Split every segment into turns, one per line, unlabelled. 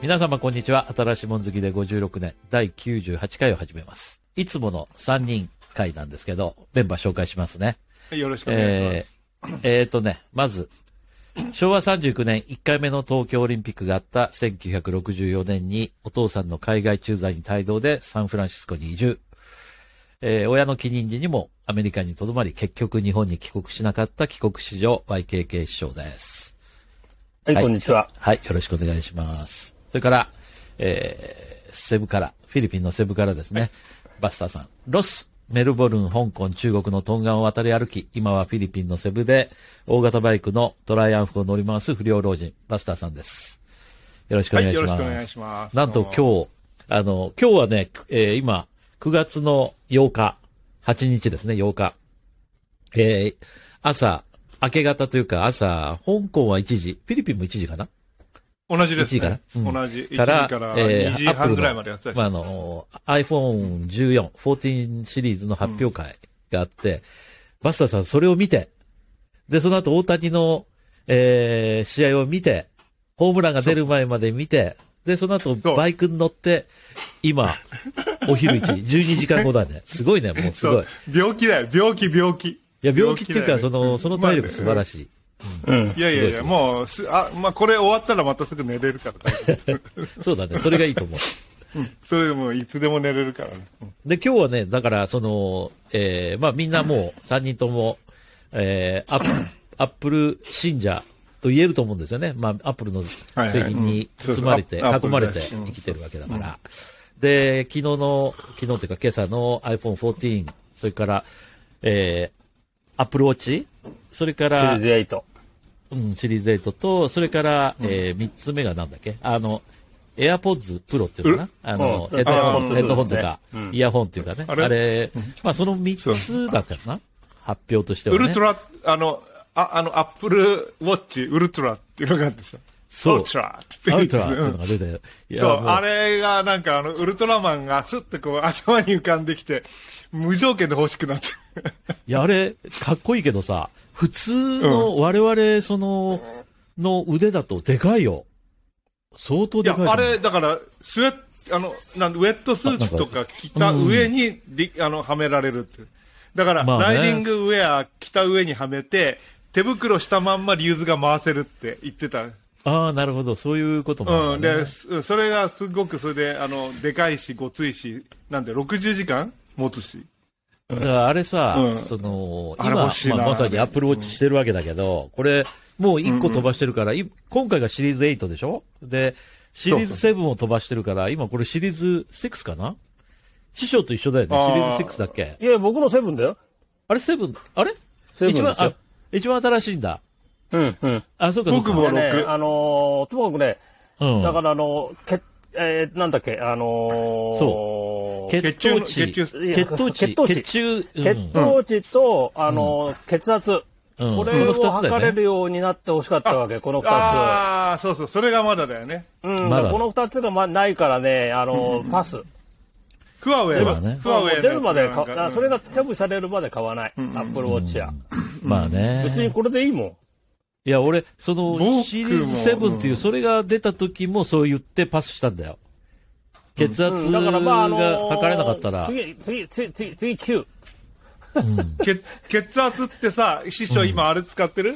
皆様こんにちは。新しいもん好きで56年第98回を始めます。いつもの3人会なんですけど、メンバー紹介しますね。
はいよろしくお願いします。
えー、えーとね、まず、昭和39年1回目の東京オリンピックがあった1964年にお父さんの海外駐在に帯同でサンフランシスコに移住。えー親の帰任時にもアメリカに留まり、結局日本に帰国しなかった帰国子女 YKK 師匠です。
はい、
はい
こんにちは。
はい、よろしくお願いします。それから、えー、セブから、フィリピンのセブからですね、バスターさん、ロス、メルボルン、香港、中国のトンガンを渡り歩き、今はフィリピンのセブで、大型バイクのトライアンフを乗り回す不良老人、バスターさんです。よろしくお願いします。
はいよろしくお願いします
なんと今日、あの、今日はね、えー今、9月の8日、8日ですね、8日。えー朝、明け方というか朝、香港は1時、フィリピンも1時かな
同じで
1
す
時から
ね。、
うん
同じ。1時から2時半ぐらいまでやってた
えー Apple のまあ、あの、iPhone14、14シリーズの発表会があって、バスターさんそれを見て、で、その後大谷の、えー試合を見て、ホームランが出る前まで見て、で、その後
そう
バイクに乗って、今、お昼1時、12時間 後だね。すごいね、もうす
そ
ごい。
う
い。
病気だよ、病気、病気。い
や、病気っていうか、その、その体力素晴ら
い。
しい。
うん
い。やいやい
す
や、
ごい
もう、すあ、まあ、これ終わったらまたすぐ寝れるから大 丈夫、
そうだね、それがいいと思う。
それでもいつでも寝れるからね。うん
で、今日はね、だから、その、えー、まあみんなもう3人とも、えー、アップ、 アップル信者と言えると思うんですよね。まあ、アップルの
はい
製品に
うん
包まれて、
そうそうアップ
囲まれ
アッ
て
プルだしう
生
ん
きてるわけだから。で、昨日の、昨日というか今朝の iPhone 14、それから、えー、Apple Watch、それか
シリ
ら
ーズ、8。
うん、シリーズ8と、それから、えー、3つ目がなんだっけあの、AirPods Pro っていうのかなあの、
うん
ヘッドホ
あ
ン、
ー
ヘッドホンと
そう
か
ですね、うん
イヤホンっていうかね。あ
あ
れ
れ
まあその3つだったかな発表としては
ウ
ね。
ルトラ、あの、ああの、アップルウォッチ、ウルトラっていうのがあるんですよ。
そう
ウルトラって
ア
言う
ウ
んです
ト
よ
ラっていうのが出て。い
そう、
も
あれがなんかあの、ウルトラマンがスッとこう頭に浮かんできて、無条件で欲しくなって。
いや、あれ、かっこいいけどさ、普通の我々、その、の腕だとでかいよ。相当
い
で
や
かいと、思
あ
う。
れ、だから、スウェット、あの、なんウェットスーツとか着た上に、りあの、はめられるっていう。だから、
まあね
ライディングウェア着た上にはめて、手袋したまんまリューズが回せるって言ってた。
ああ、なるほど。そういうこともあ
う
る
ん。
ね、
で、すそれがすごく、それで、あの、でかいし、ごついし、なんで、60時間持つし。
だからあれさ、
うん
その、
あれ
今
欲しい、な
まあまさにアップルウォッチしてるわけだけど、これ、もう1個飛ばしてるから、い今回がシリーズ8でしょで、シリーズ7を飛ばしてるから、今これシリーズ6かな師匠と一緒だよね。
あ
シ
ー
リーズ6だっけ
いや、僕のセブンだよ。
あれ ?7? あれ
セブン
一番
です
あ
よ、
一番新しいんだ。
うん、うん。
あ、そうかそうか。
僕も
でね、
六
あのーともかくね、
うん、
だからあのーけ、えーなんだっけ、あのー
そ
血
血糖値、
血中
いや
血糖値、
血糖値
血中、うん
糖値と、あのー血圧。
うん
これを
この二つだよね
測れるようになってほしかったわけ、この2
ああ、そうそう、それがまだだよね。
つ。うん、
まだ
この2つがまないからね、あのーパス。
フアウェイ
そう
は、
だね
フアウェイ
出るまで買わ、だからそれがセブンされるまで買わない、アップルウォッチや。
まあね。
別にこれでいいもん。
いや、俺、そ
僕
の、
も
シリーズ7っていう、
うん
それが出た時もそう言ってパスしたんだよ。血圧
だ
が
からまあ、あのー
測れなかったら、
次、次、次、次、次、9。
血血圧ってさ、師匠今あれ使ってる、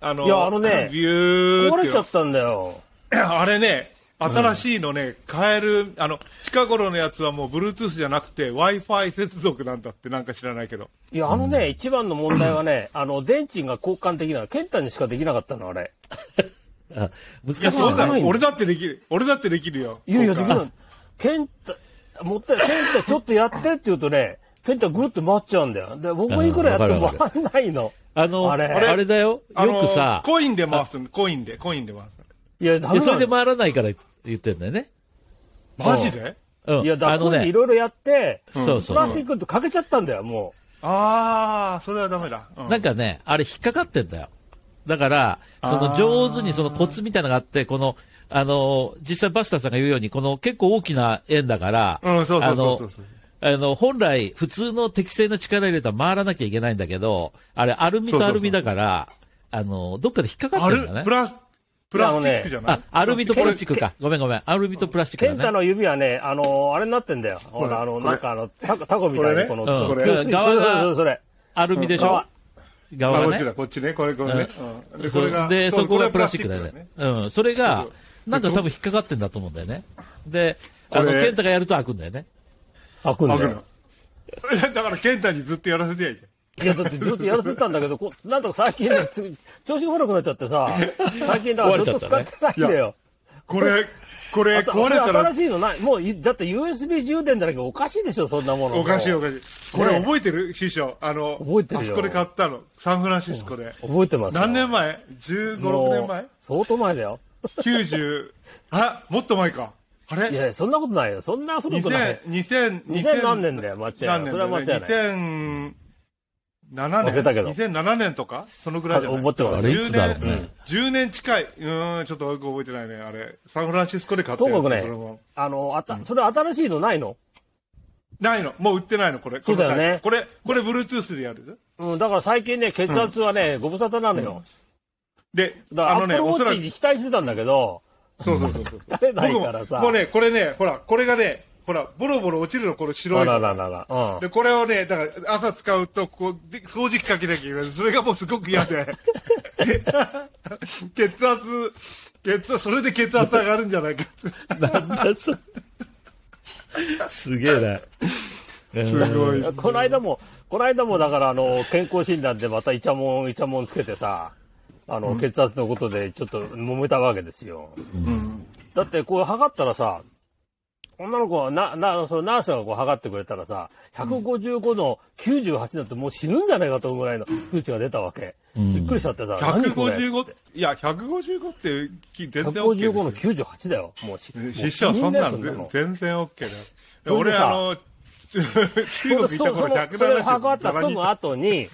あの、
いやあのね
ビューって
壊れ
いう
ちゃ
の
ったんだよ。
あれね、新しいのね、変える、あの、近頃のやつはもう Bluetooth じゃなくて Wi-Fi 接続なんだってなんか知らないけど。
いや、あのね、一番の問題はね、あの、電池が交換できない。ケンタにしかできなかったの、あれ。
あ難しい
いや、そんな
わかん
の
ないんだ
俺だってできる。俺だってできるよ。
いやいや、で
今
き
回
ない。ケンタ、もったいない。ケンタちょっとやってって言うとね、ケンタぐるっと回っちゃうんだよ。で、僕もいくらやっても
わかるわ
回んないの。
あの、あ
あ
れ
れ
だよ。
あの
よくさ、
コインで回すのコインで、コインで回す
いや、ダ
い
メ
やそ
な
れで
んだ
回らないから言ってんだよね。
の。マジで
うん。
いや、だ
あの
からい
ね、
ろいろやって、
そうそ
プ
う
ラス。チックとかけちゃったんだよ、も
ああ、それはダメだ。うん
なんかね、あれ引っかかってんだよ。だから、その上手にそのコツみたいなのがあって、この、あの、実際バスターさんが言うように、この結構大きな円だから、
うんそうそうそうそう
あの、あの、本来、普通の適正な力入れたら回らなきゃいけないんだけど、あれ、アルミとアルミだから、あの、どっかで引っかか
あ
ってるん
る
だね
プ。ラス、プラスチックじゃない
あ、アルミとプラスチックか。ごめんごめん。アルミとプラスチック
ケ
だ
ン
ね。
タの指はね、あのーあれになってんだよ。ほら、あの、
これ
なんかあの、タコタコみたいな、
こ
この、
れね
そう
うん
吸水
側が
そうそうそうそれ。
アルミでしょ
あ、
側
こ
が
っち
ね
だ、。こっちね、これ、これね。うんで、これ
そう
が、
で、
う
そこ
れ
がプラスチックだよね。。うん。それが
そう、
なんか多分引っかかってんだと思うんだよね。で、あの、
これ
ケンタがやると開くんだよね。
開くんだ
開く
よ
の。。それだから、ケンタにずっとやらせてやりゃいい
いや、だってずっとやらせてたんだけど、こなんとか最近ね、つ調子が悪くなっちゃってさ、最近だからずっと使ってないんだよ。
これ、これ、
あと
壊れた
新
ら
し、いのない。もうい、だって USB 充電だらけおかしいでしょ、そんなもの。
おかしいおかしい。これ
ね
覚えてる師匠。あの、
覚えてるよ
あそこで買ったの。サンフランシスコで。
覚えてますよ
何年前 ?15、
もう
6年前
相当前だよ。
?90、あもっと前か。あれ
いや、そんなことないよ。そんな古くない
2000。、2000、
2000何年だよ間違いない
何年
それは間違いない
2007
忘れたけど
年。2007年とかそのぐらいじゃない
あ思ってます
あれいつだろうね
10年10年近い。うーん、ちょっとよく覚えてないね。あれ、サンフランシスコで買った
と
やつ
もかくね
それも、
あの、あた、それ新しいのないの
ないの。もう売ってないの、これ。
そうだよね
このタイプこれ、これ、Bluetooth でやる
うん、だから最近ね、血圧はね、ご無沙汰なのよ。
で、
だか
あ
ら
の
アップ
ね、
ルウォ
おそら
ッ
く
チ、に期待してたんだけど、
そうそうそうそう。
やれ ない
僕
から
も、
さ。
もうね、これね、ほら、これがね、ほら、ボロボロ落ちるの、この白
あ
いの
ららららら。うん。
で、これをね、だから、朝使うと、こう、で掃除機かけなきゃいけない。それがもうすごく嫌で。 血圧、血圧、それで血圧上がるんじゃないかって。
なんだそれ。すげえな。
すごい。
この間も、この間もだから、あの、健康診断でまたイチャモン、イチャモンつけてさ、あの、血圧のことでちょっと揉めたわけですよ。だって、こう測ったらさ、女の子は、な、な、そのナースがこう測ってくれたらさ、155の98だってもう死ぬんじゃないかと思うぐらいの数値が出たわけ。びっくりしちゃってさ、何これ
155、いや、155って、き全然 OK です
155の
よ。
98だよ。もうし、もう
筆者はそんな
死だよ
の、全然 OK だよで。
ほんで
俺、
さ
あの、 中
そう
国行った頃
それを測った
170
後の 後に、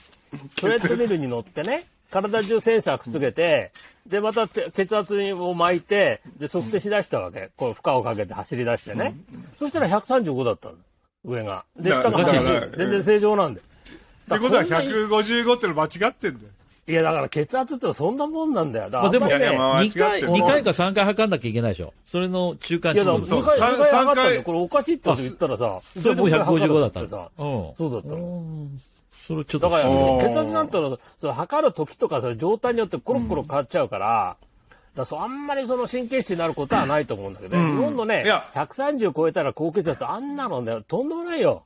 トレッドミルに乗ってね、体中センサーくっつけて、で、またて血圧を巻いて、で、測定しだしたわけ。こう、負荷をかけて走り出してね。そしたら135だったの。上が。で、
だ
下が
だから
80。全然正常なんで。
ってことは
だからこんなに
155っての間違ってんだよ。
いや、だから血圧ってのはそんなもんなんだよ。だ
まあでも、
あんまり
い
ね
やいやま
2
あ間違っ
回、
てる
二回か3回測んなきゃいけないでしょ。それの中間
いや、
値
だから
のそ
2
そ
れ
うさ
回、
ん
2回上がったんだ
さん
よ。
回
これおかしいって言ったらさ、
それも155だったん
じゃあ
だ。
もう155だっつってさそうだったの。
うんそれちょっ
だ
と不
から、
思
血圧なんてのはその測る時とか、その状態によってコロコロ変わっちゃうから、だからそうあんまりその神経質になることはないと思うんだけど、
うん
日本のね
いや、
130超えたら高血圧、あんなのね、とんでもないよ。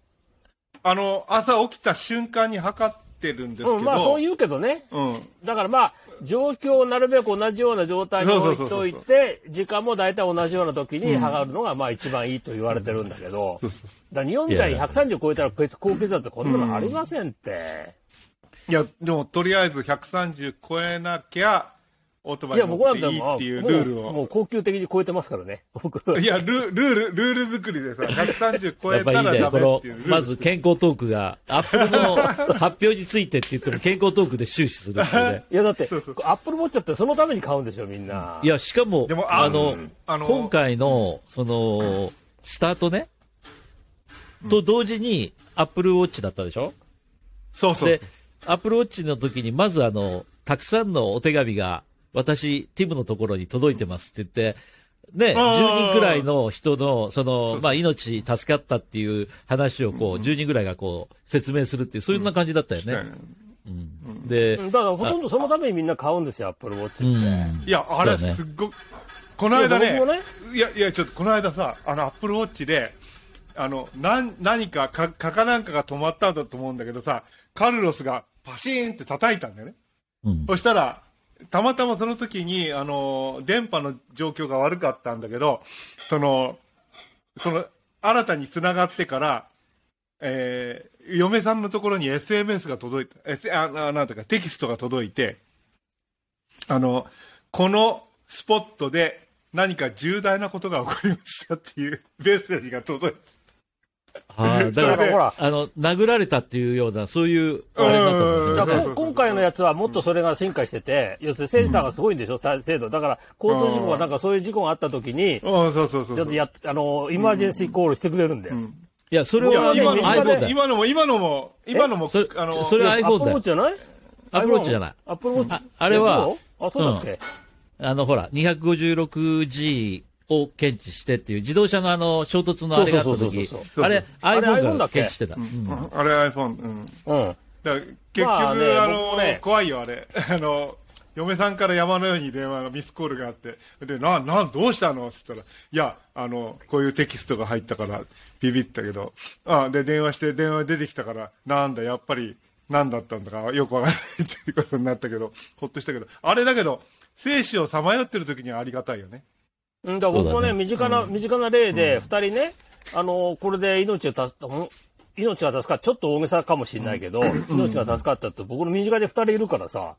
あの、朝起きた瞬間に測ってるんですけど。
うん、まあそう言うけどね。
うん。
だからまあ、状況をなるべく同じような状態に置いとい
そうそう
て、時間も大体同じような時に測るのがまあ一番いいと言われてるんだけど、
そうそうそう
だから日本みたいに130超えたら高血圧、こんなのありませんって。
いや、でも、とりあえず130超えなきゃ、オートバイ
いや、
に乗
僕な
っ
ん
て
か
いい
も
っ
う、
ていう
もう
ルール
も
を。
う高級的に超えてますからね、 僕。
いや、ルルール、ルール作りでさ、130超
や
え
っぱ
た
りいい
ら
ね、
ダ
こ
メっ
の
ていうルー、ル。
まず健康トークが、アップルの発表についてって言っても健康トークで終始するっていう ね。
いや、だって、アップルウォッチだってそのために買うんでしょ、みんな。
いや、しかも、
でも
あ
あ
の
うん、あの
今回の、その、スタートね、と同時に、アップルウォッチだったでしょ
そうそう
で
そう。、
アップルウォッチの時に、まずあの、たくさんのお手紙が、私、ティムのところに届いてますって言って、ね、
あー
10人ぐらいの人の、その、まあ、命助かったっていう話をこう、10人ぐらいがこう、説明するっていう、そういうような感じだったよね。うんで
う、んだからほとんどそのためにみんな買うんですよ、アップルウォッチ
う
って。
ん。
いや、あれ、
そうだね
すっごく、この間
い
ね
や僕もね
いや、いや、ちょっと、この間さ、あの、アップルウォッチで、あの、なん、何か、か、かかなんかが止まったんだと思うんだけどさ、カルロスがパシーンって叩いたんだよね。
うん
そしたら、たまたまその時に、あの、電波の状況が悪かったんだけど、その、その、新たに繋がってから、えー嫁さんのところに SMS が届いた、S、あ、あなんていうか、テキストが届いて、あの、このスポットで何か重大なことが起こりましたっていう メッセージが届いて、
はい。だか、
だかららほら
あの、殴られたっていうような、そういう、あれだと思うんだ
だ
よね
か
そう
ら
そうそう
こ今回のやつはもっとそれが進化してて、要するにセンサーがすごいんでしょ、さ精度。だから、交通事故がなんかそういう事故があった時に、
うん、そうそうそう
ち
そ
ょっ
う
と。やっあの、イマージェンシーコールしてくれるんだよ。
いや、それ
いや
は
今の
iPhone
も、
だよ。
今のも、今のも、今のも
それ、
あの、
それは iPhone だよ
Apple Watch じゃない
Apple Watch じゃない
アップルウォッチ。
ああれは
そうあ、そうだっけ
あの、ほら、256G を検知してっていう、自動車のあの、衝突のあれがあった
そうそう
時
そうそう
そう
あれ、
あれ
iPhone
iPhone だ
が
っけ
検知してた。うん
あれ iPhone。うん。
うん。
だから結局、
まあね
あ
僕
の、
もね
怖いよ、あれ。 あの、嫁さんから山のように電話がミスコールがあって、で、な、なん、どうしたのって言ったら、いや、あの、こういうテキストが入ったから、ビビったけど、あ、で、電話して、電話出てきたから、なんだ、やっぱり、なんだったんだか、よくわからないっていうことになったけど、ほっとしたけど、あれだけど、生死をさまよってる時にはありがたいよね。
うん、だから僕
そ
もね
うだね
身近な、身近な例で、二、人ね、あの、これで命を助か、ほん命が助かっちょっと大げさかもしれないけど、命が助かったって、僕の身近で二人いるからさ、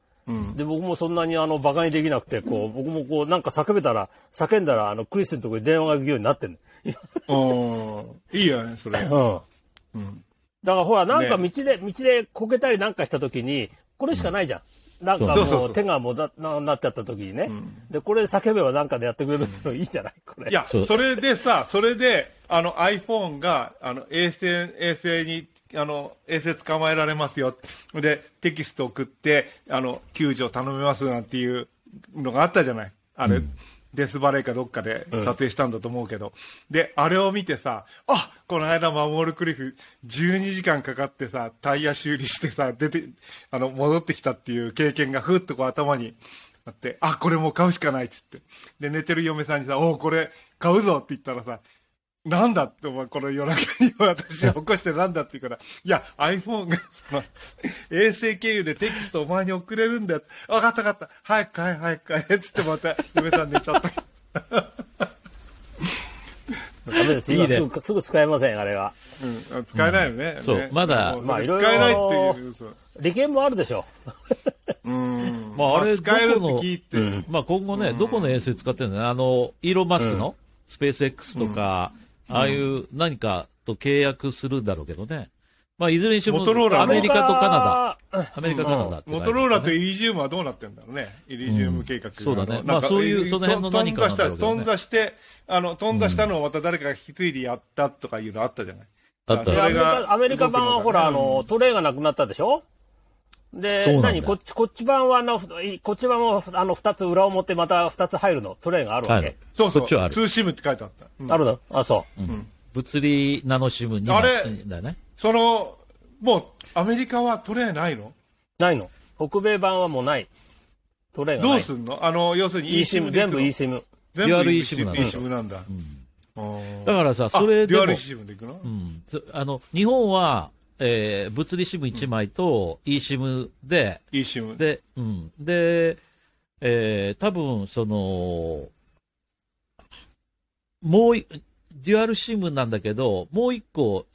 で、僕もそんなにあの、馬鹿にできなくて、こう、僕もこう、なんか叫べたら、叫んだら、あの、クリスのところに電話が行くようになってん
うん。いいよね、それ。
の。うん。だからほら、なんか道
ね
で、道でこけたりなんかした時に、これしかないじゃん。なんかもう
そうそうそう
手がもだななっちゃった時にね、で、これ叫べばなんかでやってくれるっていうのいいじゃないこれ。
いや、
そう
それでさ、それで、あの iPhone が、あの、衛星、衛星に、あの、衛星捕まえられますよ。で、テキスト送って、あの、救助頼めますなんていうのがあったじゃない。あれ、デスバレーかどっかで撮影したんだと思うけど。で、あれを見てさ、あこの間、マモールクリフ、12時間かかってさ、タイヤ修理してさ、出て、あの、戻ってきたっていう経験がふっとこう頭にあって、あ、これもう買うしかないっつって。で、寝てる嫁さんにさ、おうこれ買うぞって言ったらさ、なんだって、お前、この夜中に私が起こしてなんだって言うから、いや、iPhone が、その、衛星経由でテキストお前に送れるんだよ。わかったわかった。早く買え、早く買え。つってまた、嫁さん寝ちゃった。
ダメです。
いいね
今すぐすぐ使えません、あれは。
うん、使えないよね。
んそう
ね
まだ
もう
まあ
それ
いろいろ
使えないっていう、そう。
利権もあるでしょ。
うん。
まああれ
使えるって
どこの
聞いて、
まあ今後ね、どこの衛星使ってるのあの、イーロン・マスクのスペース X とか、ああいう何かと契約するんだろうけどね。まあいずれにしても、
モトローラの
アメリカとカ
ナ
ナダ。アメリカ、カナダって感じだね
モトローラとイリジウムはどうなってるんだろうね、イリジウム計画、
んそうだねまあ
のなんか
そういうその辺の何か
と
なんだろうけどね
んだして、あの飛んだしたのをまた誰かが引き継いでやったとかいうのあったじゃない。
あった
そ
でアメ
れ
リ
が
カアメリカ版はほら、
動
あ
く
の、トレイがなくなったでしょ
そう
で
な、んだ
何こっち、こっち版はあの、ふこっち版はあの、二つ裏表また二つ入るの。トレイがあるわ
入る
け。
そうそ
こっちはあ
う、
る
ツーシムって書いてあった。うん
あるのあ、そう。
物理ナノシムに
あれ
だね。
その、もうアメリカはトレーないの
ないの。北米版はもうない。トレイがない。
どうすんのあの、要するに
e シム、
で行
全
くの
部 e シム。
全
デュア
部
ル
e シム
eSIM
なんだ。
だからさ、
あ
それ
デ
で
ュ
も
アル、e シムで行くの
うん、そあの、日本は、えー物理シム1枚と e シムで、
e シム。
で、うん。で、えー、多分、その、もうい、デュアルシムなんだけど、もう一個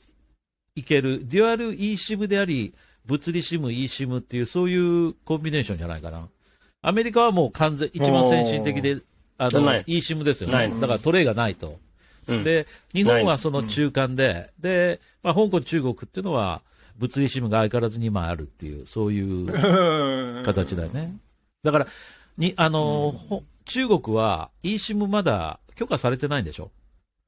いける、デュアル e シムであり、物理シム、e シムっていう、そういうコンビネーションじゃないかな。アメリカはもう完全、一番先進的で、あ
な
の
い、
e シムですよ
な
ね。
い
だからトレイがないと。
うん
で、日本はその中間で、で、まあ、香港、中国っていうのは、物理シムが相変わらず2枚あるっていう、そういう
うん
形だよね。だから、に、あのー、ほ中国は eSIM まだ許可されてないんでしょ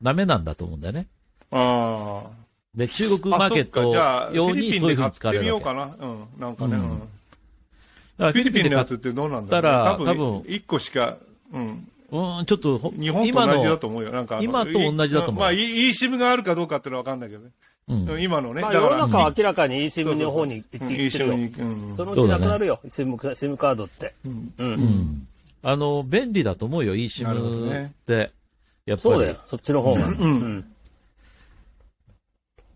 ダメなんだと思うんだよね。
ああ。
で、中国
あ
マーケッ
そっかじ
ト
ゃあ
用
フィ
に
リ
そうい
ピン
う
で
ふう
買
に使わ
って
れ
み
る
よう
わけ。だ
かな。うん、なんかね。うん
から
フィリピンのやつ
フ
ってどうなん
だ
だ
か
ろう、
ら
ね、
多分
1個しか、うん、
ィリピンで買っうーん、ちょっとほ、
日本と
今
同じだ
の
と、思うよ、なんかあの
今と同じだと思う
まあ、いいいいシムがあるかどうかってのは分かんないけどね、
うん
今のね、
まあ、
だ
世
か
の
ら、
中は明らかに e シムの方に行
う
っ
ん
て
い
い
い
って
シ
る
ム
よ。
に、うん、
そのうちなくなるよ、SIM か、SIM カードって。うん。
うんあの、便利だと思うよ、
なるほど
eSIM っ
ね
て。やっぱ
そうだ
り
よ。、そっちの方が。うん。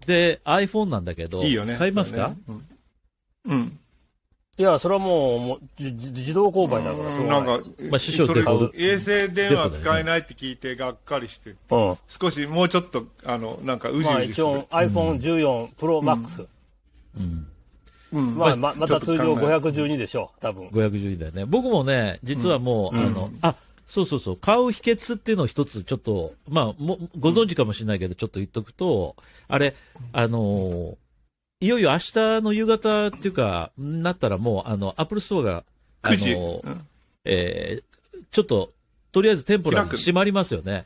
で、iPhone なんだけど、
いいよね、
買います
そ
か
れねうん、うん
いや、それはもう、もうじじ自動購買だから、しょうが
なん
ない
か、
まあ師匠
それ
デパ
衛星電話使えないって聞いて、がっかりして、
うん。
少しもうちょっと、あのなんか、うじ
まあ
うじす
一
る、
応 iPhone14 Pro Max。
うん
まあままた通常
ちょっと考
512でしょう、多分。
510だよね。僕もね、実はもう、あの、あ、そうそうそう、買う秘訣っていうのを一つちょっと、まあ、も、ご存知かもしれないけど、ちょっと言っとくと、あれ、あのーいよいよ明日の夕方っていうか、なったらもう、あの、アップルストアが、あ
え
の
9時、
ー
うん
えーちょっと、とりあえず店舗なん
開く
閉まりますよね。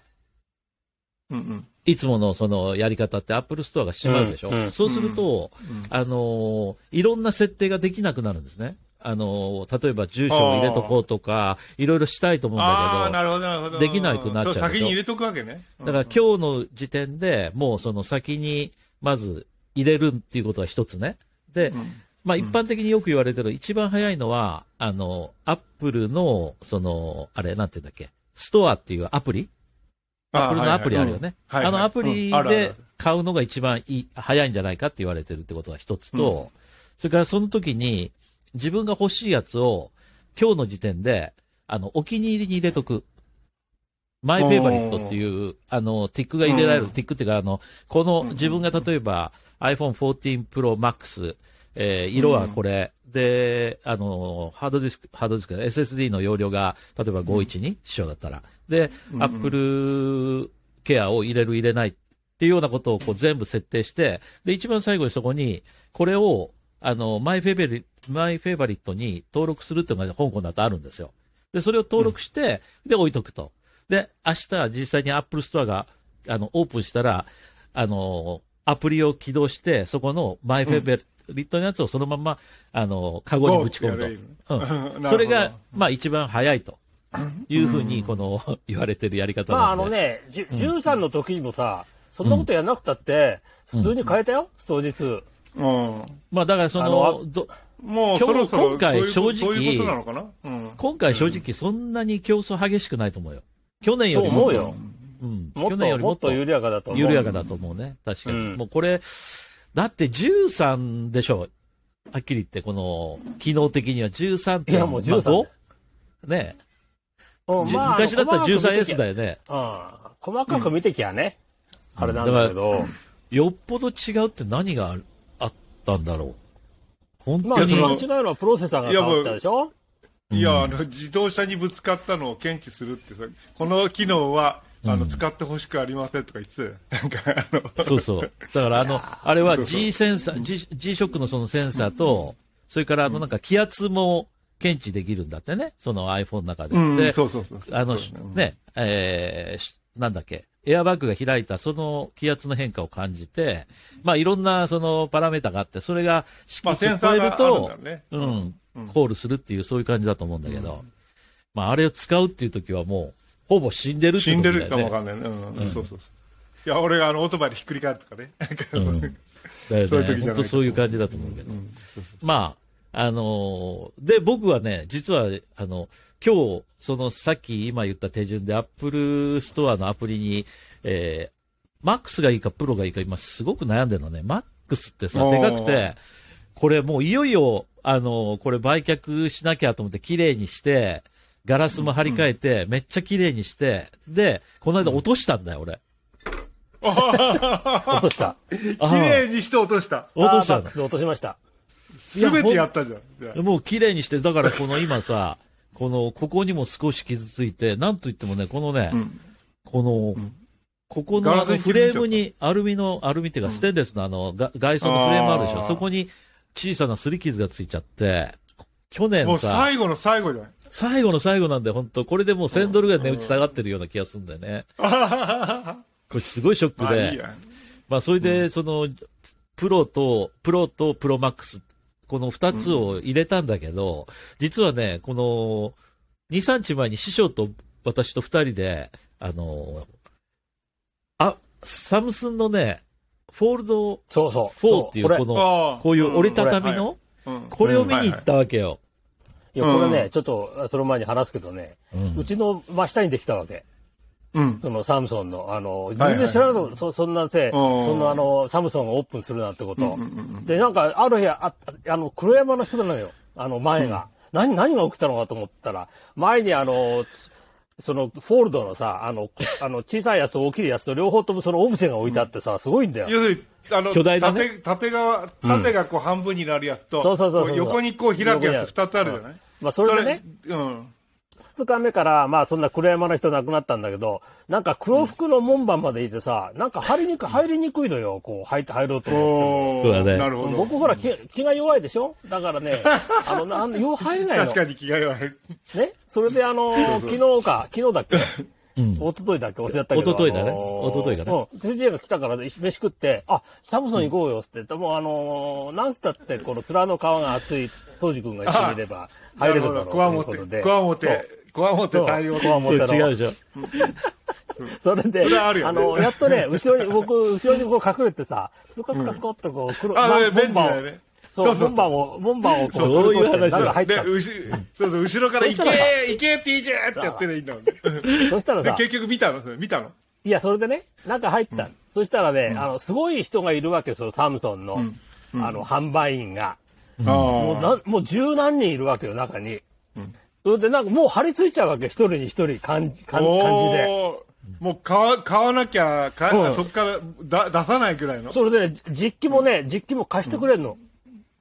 うんうん
いつものそのやり方ってアップルストアが閉まるでしょ、
うんうん
そうすると、あのーいろんな設定ができなくなるんですね。あの、例えば住所を入れとこうとか、いろいろしたいと思うん
ああ、
だ
なるほど、なるほど。
できなくなっちゃうでしょ
そ先に入れとくわけね。
けど、だから今日の時点でもうその先にまず入れるっていうことは一つね。で、
うん、
まあ
うん
一般的によく言われてる、一番早いのは、あの、アップルの、その、あれ、なんて言うんだっけ、ストアっていうアプリアップルのアプリあるよね。
はいは
あ
い
のアプリ
うんあるあるあ
で
る
買うのが一番いい、早いんじゃないかって言われてるってことが一つと、それからその時に自分が欲しいやつを今日の時点で、あの、お気に入りに入れとく。マイフェイバリットっていう、あの、ティックが入れられる、
うん
ティックっていうか、あの、こ
うん
の自分が例えば iPhone 14 Pro Max、えー色はこれ、で、あの、ハードディスク、ハードディスク、SSD の容量が、例えば512、師匠だったら。で、
うん
アップルケアを入れる入れないっていうようなことをこう全部設定して、で、一番最後にそこに、これを、あの、マイフェイバリット、マイフェイバリットに登録するっていうのが香港だとあるんですよ。で、それを登録して、で、置いとくと。で、明日実際にアップルストアが、あの、オープンしたら、あの、アプリを起動して、そこのマイフェイバリットのやつをそのまま、あの、カゴにぶち込むと。
ゴーってやれる
うん。それ
なる
が
ほ、
まあ一番早いというふうに、この、 言われてるやり方
まあ
な
あの
んで。
ね、じゅ13の時にもさ、そんなことやんなくたって、普通に変えたよ、当日。
うん。
まあだからそ
あ
の、
の
ど
もうそろそろ
今回
そういう
正
こと
直
そういうことなのかなうん。
今回正直そんなに競争激しくないと思うよ。去年よ
そ
り
う思
も
う、よ。
うん、
もっ
去
と、
年より
も
も
っ
っ
と
と
緩やかだと思う。
緩やかだと思うね。確かに。
うん
もうこれ、だって13でしょ。はっきり言って、この、機能的には13って。
いやもう13
まあ5ね
うん
じ
まあ
昔だったら 13S だ
よ。
よね。
うん細かく見てきゃね、あれなんだけど、
よっぽど違うって何があったんだろう。本
まあ
当
一
に。
いやそ
番
の
違うのはプロセッサーが変わったでしょ
いや、あの、自動車にぶつかったのを検知するってさ、この機能は、あの、使ってほしくありませんとか言ってたよなんか、あの、
そうそう。だからあの、あれは G センサー、G、G ショックのそのセンサーと、それからあのなんか気圧も検知できるんだってね。その iPhone の中で。
うん、
で
そうそうそう。
あの、
そううん
ね、えーしなんだっけ、エアバッグが開いたその気圧の変化を感じて、まあいろんなそのパラメータがあって、それが
ま
式
あ、
を
セン
聞
サ
こえる
ーがあるん
と
だ、ね。
うん
うん、
コールするっていうそういう感じだと思うんだけど、まああれを使うっていう時はもう、ほぼ死んでるって
死ん
こと
で
だ
るか
よ
も
ね
わ。かんないね。うん、そうそうそう。いや、俺があの、オートバイでひっくり返るとかね。
うんだよ
そうい
ね
う時じゃない
本当そういう感じだと思うけど。まあ、あのーで、僕はね、実は、あの、今日、そのさっき今言った手順で Apple Store のアプリに、えー、MAX がいいか Pro がいいか今すごく悩んでるのね。MAX ってさ、
おー
でかくて、これもういよいよ、あのーこれ売却しなきゃと思って綺麗にして、ガラスも張り替えて、めっちゃ綺麗にして、で、この間落としたんだよ、俺。
落とした。
綺麗にして落とした。
落とし
ス
た
ター
んだ
バックス落としました。
すべてやったじゃん。じゃあ
もう綺麗にして、だからこの今さ、 この、ここにも少し傷ついて、なんといってもね、このね、
うん
この、
ん
ここ
ガ
の
ラ
あ
ス
の
に気づ
フ
いちゃ
レ
った
ームにアルミの、アルミっていうかステンレスのあの、が外装のフレームあるでし
あ
ょ。
ー
そこに小さな擦り傷がついちゃって、去
も
年
う
さ、
最後の最後じゃん。
最後の最後なんで、本当これでもう1000ドルぐらい値打ち下がってるような気がするんだよね。
あははは
これすごいショック
まあ
で。
いいや。
まあ、それで、その、プロと、プロとプロマックス、この二つを入れたんだけど、実はね、この、二三日前に師匠と私と二人で、あの、あ、サムスンのね、フォールド
そうそう。
4っていう、
そう
こ
こ
の、こういう折りたたみ
うん
の、
れはいうん
これを見に行ったわけよ。
れ、いや、これ
う
ね、ちょっと、その前に話すけどね、
うん
うちの真下にできたわけ。
うん。
そのサムソンの、あの、
はい
全然知らなかった、そそんなんせい、そんなあの、サムソンがオープンするなんてこと。で、なんか、ある部屋、ああの、黒山の人なのよ。あの、前が。何、何が起きたのかと思ったら、前にあの、その、フォールドのさ、あの、 あの小さいやつと大きいやつと両方ともそのオブジェが置いてあってさ、すごいんだよ。
要するに、あの、
巨大なね
縦、縦側、縦がこう半分になるやつと、
そうそうそうそう
こ横にこう開くやつ二つあるじゃない
まあ、それでね、
それうん。
二日目から、まあ、そんな黒山の人亡くなったんだけど、なんか黒服の門番までいてさ、なんか入りにく、入りにくいのよ、こう、入って、入ろうと思っても。
おー
そうだね
なるほど。
僕ほら気気が弱いでしょだか らね、あの、なんよう入れないの。
確かに気が弱い。
ねそれであのー
そう
昨日か、昨日だっけ
うん
一昨日だっけ忘れちゃったけど。
一昨日だね
あのー
一昨日だね。
うん。藤井が来たから飯食って、あ、サムソン行こうよっつって言って、もうあのー、なんつったって、この面の皮が厚い、当時君が一緒にいれば、入れるだろう
こわも
ということ
て、
で。
こわも
そう
て、こわもて対応
そうこわも
そう
て
違うでしょ。
それで、
それあるよね
の、やっとね、後ろに、僕、後ろにこう隠れてさ、スカスカスコっとこう、黒、
あ、
ま
ね便利
門番
だよ
を
ね。
そう、
そうそう
門番を、門番をこ
そうそういう話だ
中入っ
で、
たの
うし、そうそう、後ろから行け行け !PJ! ってやってりゃいいんだもんね。
そしたら
で
さ、、
結局見たのそれ見たの
いや、それでね、中入ったの。そしたらね、あの、すごい人がいるわけですよ、サムソンの、
ん
あの、販売員が。もう
ああ。
な、もう十何人いるわけよ、中に。それで、なんかもう張り付いちゃうわけ、一人に一人、感じ、感感じで。
おーもう買わ、買わなきゃ、買え
うん
そっからだ出さないぐらいの。
それでね、じ実機もね、実機も貸してくれんの。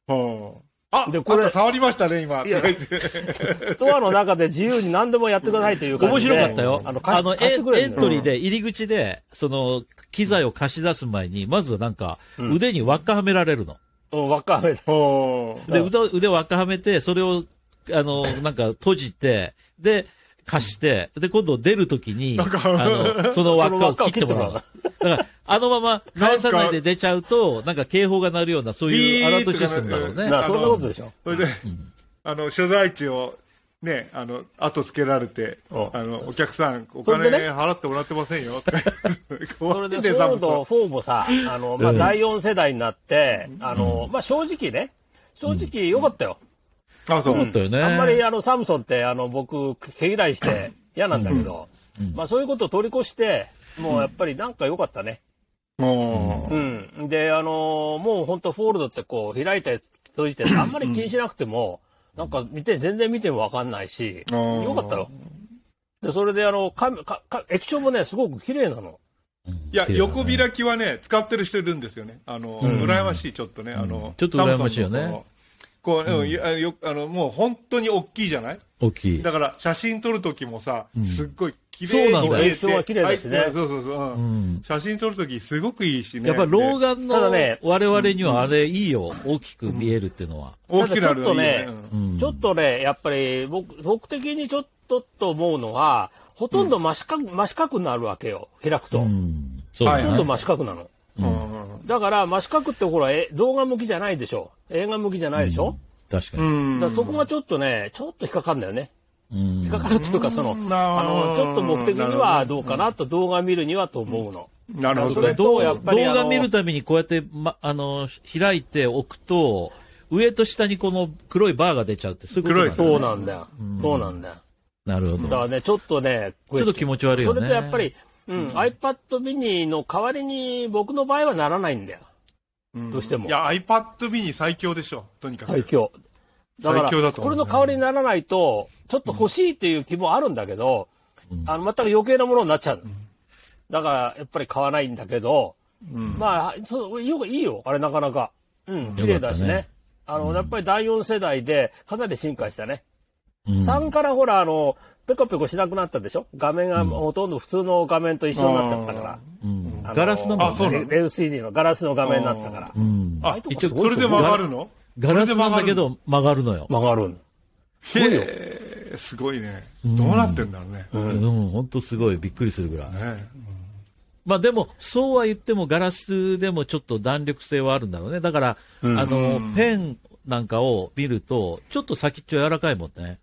うんあ、
で
で
こ
こ
れ
れ触りましたね、今。
いや
とか言って
ストアの中で自由に何でもやってくださいという感
面
じで。
白かったよ。
あ
あ
の、
の、
貸し貸
エ
してくれ
ンエ
る
ン
の
トリーで、入り口で、その、機材を貸し出す前に、まずはなんか、
うん
腕に輪っかはめられるの。
うん、わかめだ。
おー
で、
うん
腕を腕を輪っかはめて、それを、あの、なんか閉じて、で、貸して、で、今度出るときに、あ
なんか
の、その輪っかを切ってもらうの。だ
そ
から、あのまま返さないで出ちゃうと、なんか警報が鳴るような、そういうアラートシステムだろう
ビーッとか
ね
ね。
なそんなことでしょ。
それで、あの、所在地を、ね、あの、後つけられて、
うん
あの、お客さん、お
それ
金
でね
払ってもらってませんよ、 とか言って
それで、フ
怖
ォ
い
ー
んだよ
ド、フォーもさ、あの、まあ、
うん
第4世代になって、あの、まあ、正直ね、正直良かったよ。
サムソンあ、そう。
だよね。
あんまり、あの、サムソンって、あの、僕、毛嫌いして嫌なんだけど、まあ、そういうことを通り越して、もうやっぱりなんか良かったね。
もう
うん。で、あの、もう本当フォールドってこう、開いて、閉じて、あんまり気にしなくても、なんか見て、全然見てもわかんないし、
うん
良かったよ。で、それで、あの、か、か、か液晶もね、すごく綺麗なの。
いや、
綺麗だね
横開きはね、使ってる人いるんですよね。あの、
ん
羨ましい、ちょっとね。あの、
ちょっと羨ましいよね
サムソンのこの。こう、うんいやよあの、もう本当に大きいじゃない
大きい
だ。から、写真撮るときもさ、すっごい綺麗
そうな
に
んだ
見えて
映像は綺麗だしね
はいそうそうそう。うん
うん
写真撮るときすごくいいしね。
やっぱ老眼
ただ
の
ね
我々にはあれいいよ。大きく見えるっていうのは。
大きくなるのいい
ただちょっとね
うん
うん
ちょっとね、やっぱり僕、僕的にちょっとと思うのは、ほとんど真四角、真四角になるわけよ、開くと。
う
ほ
ん。そうだ
はい
とん
は
ね
ど
い。
真四角なの。
うん
だから、真四角ってほら、え動画向きじゃないでしょ。映画向きじゃないでしょ。
確か
う
に。
ん
だからそこがちょっとね、ちょっと引っかかるんだよね。
うん
引っかかるっていうか、その、
うん
あの、ちょっと目的にはどうかなと、動画見るにはと思うの。
なるほ
そ
ど
れ
ね。
と
動
や
画
っぱりあの
見るためにこうやって、ま、あの、開いておくと、上と下にこの黒いバーが出ちゃうって、そういうことなんだね
そうなんだよ。そうなんだよ。
なるほ
だか
ど。
らね、ちょっとね、ち
ちょっと気持ち悪いよね
それとやっぱり、うん、iPad mini の代わりに僕の場合はならないんだよ。
うん
どうしても
いや、iPad mini 最強でしょ。とにかく。
最強。だから、
最強だと
こ
思う
れの代わりにならないと、ちょっと欲しいっていう気もあるんだけど、あの、全く余計なものになっちゃう。だから、やっぱり買わないんだけど、
うん
まあ、そうよくいいよ、あれなかなか。うん、綺麗だしね。
よかったね
あの、やっぱり第4世代で、かなり進化した
うん
ね。3からほら、あの、ペコペコしなくなったでしょ画面がほとんど普通の画面と一緒になっちゃったから。
うん
あの
ガラスのも
あそ
ん
う
ね。
なの
LCD のガラスの画面になったから
う。ん
あ、
一応
それで曲がるの
ガラスなんだけど曲がるのよ。
曲がるんだ。
それで曲がるのへえ、すごいね。どうなってんだろうね。
うん、ほんとすごい。びっくりするぐらい。
ね
まあでも、そうは言ってもガラスでもちょっと弾力性はあるんだろうね。だから、あの、ペンなんかを見ると、ちょっと先っちょ柔らかいもんね。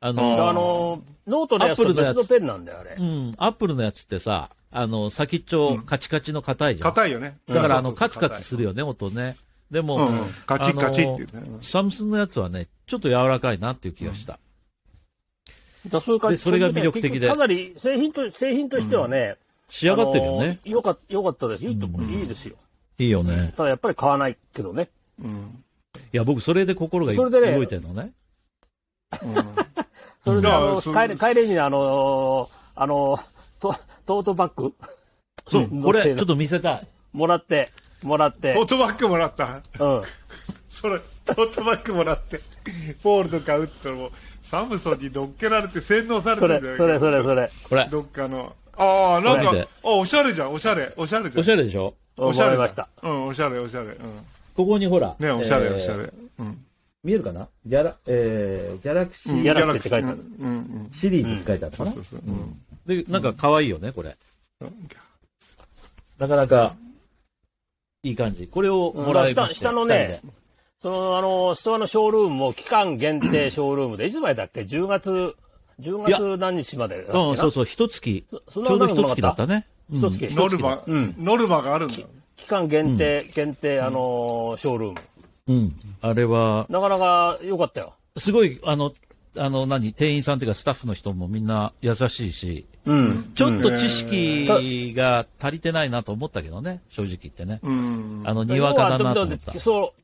あ
あ
の、
ー
あの、ノートのやつと別のペンなんだよ、あれ
う。ん、アップルのやつってさ、あの、先っちょカチカチの硬いじゃん。
硬いよね。
だから、あ
そ
の、
うそう
カ
そ
ツ
う
カツするよね、音ね。でも、
うんうんカチッカチッっていうね
あのサムスンのやつはね、ちょっと柔らかいなっていう気がした。
だそういう感じ
でそれが魅力的で
結局かなり製品と、製品としてはね、
仕上がってるよね。
あの。よかよかったです。いいとこ、いいですよ。
いいよね。
ただやっぱり買わないけどね。
うん
いや、僕、それで心がい
それでね
動いてるのね。
うん
それで、
うん
あ
い
の、
やそう
帰れ、帰れにあの、あの、トトートバッグ
そう、これ、ちょっ
の
と見せたい。
もらって、もらって
ト、ートバッグもらった。
うん。
それ、トートバッグもらって、ポールとか打ったらもう、サムソンに乗っけられて洗脳され
そ
てるんだ
れ、
よ
それ、それ、それ。
これ、
どっかの。ああ、なん
こ
か
れ、
あ、おしゃれじゃん、おしゃれ、おしゃれじゃ
お
ん
し。ゃれでしょ
おもらいまし
じゃ
た。
ん。うん、おしゃれ、おしゃれ。うん。
ここにほら。
ね、おしゃれ、
えー
おしゃれ。うん。
見えるかなギャラ、えー、ギャラクシ
ギャ
ー
ラクシーって書いてある
うん、うん。
シリーズって書いてあるか
そう
な
そうそう。うん。
で、なんか可愛いよね、これ。
うん
なかなか、いい感じ。これをもらいました。
下下のねその、あの、ストアのショールームも期間限定ショールームで、いつまでだっけ ?10 月、10
いや
月何日までだっ
二人
け
で
な
うん、そうそう、一月。ち
そそんな
ょうど
長く
一
なかっ
月だったね。うん
一月
ノルマ、
うん
ノルマがあるんだ。
期間限定、限定、あの、ショールーム。
うん。あれは、
なかなか良かったよ。
すごい、あの、あの、何、店員さんっていうかスタッフの人もみんな優しいし、
うん。
ちょっと知識が足りてないなと思ったけどね、正直言ってね。
うん。
あの、にわかだなと思っ
要
た
は。そ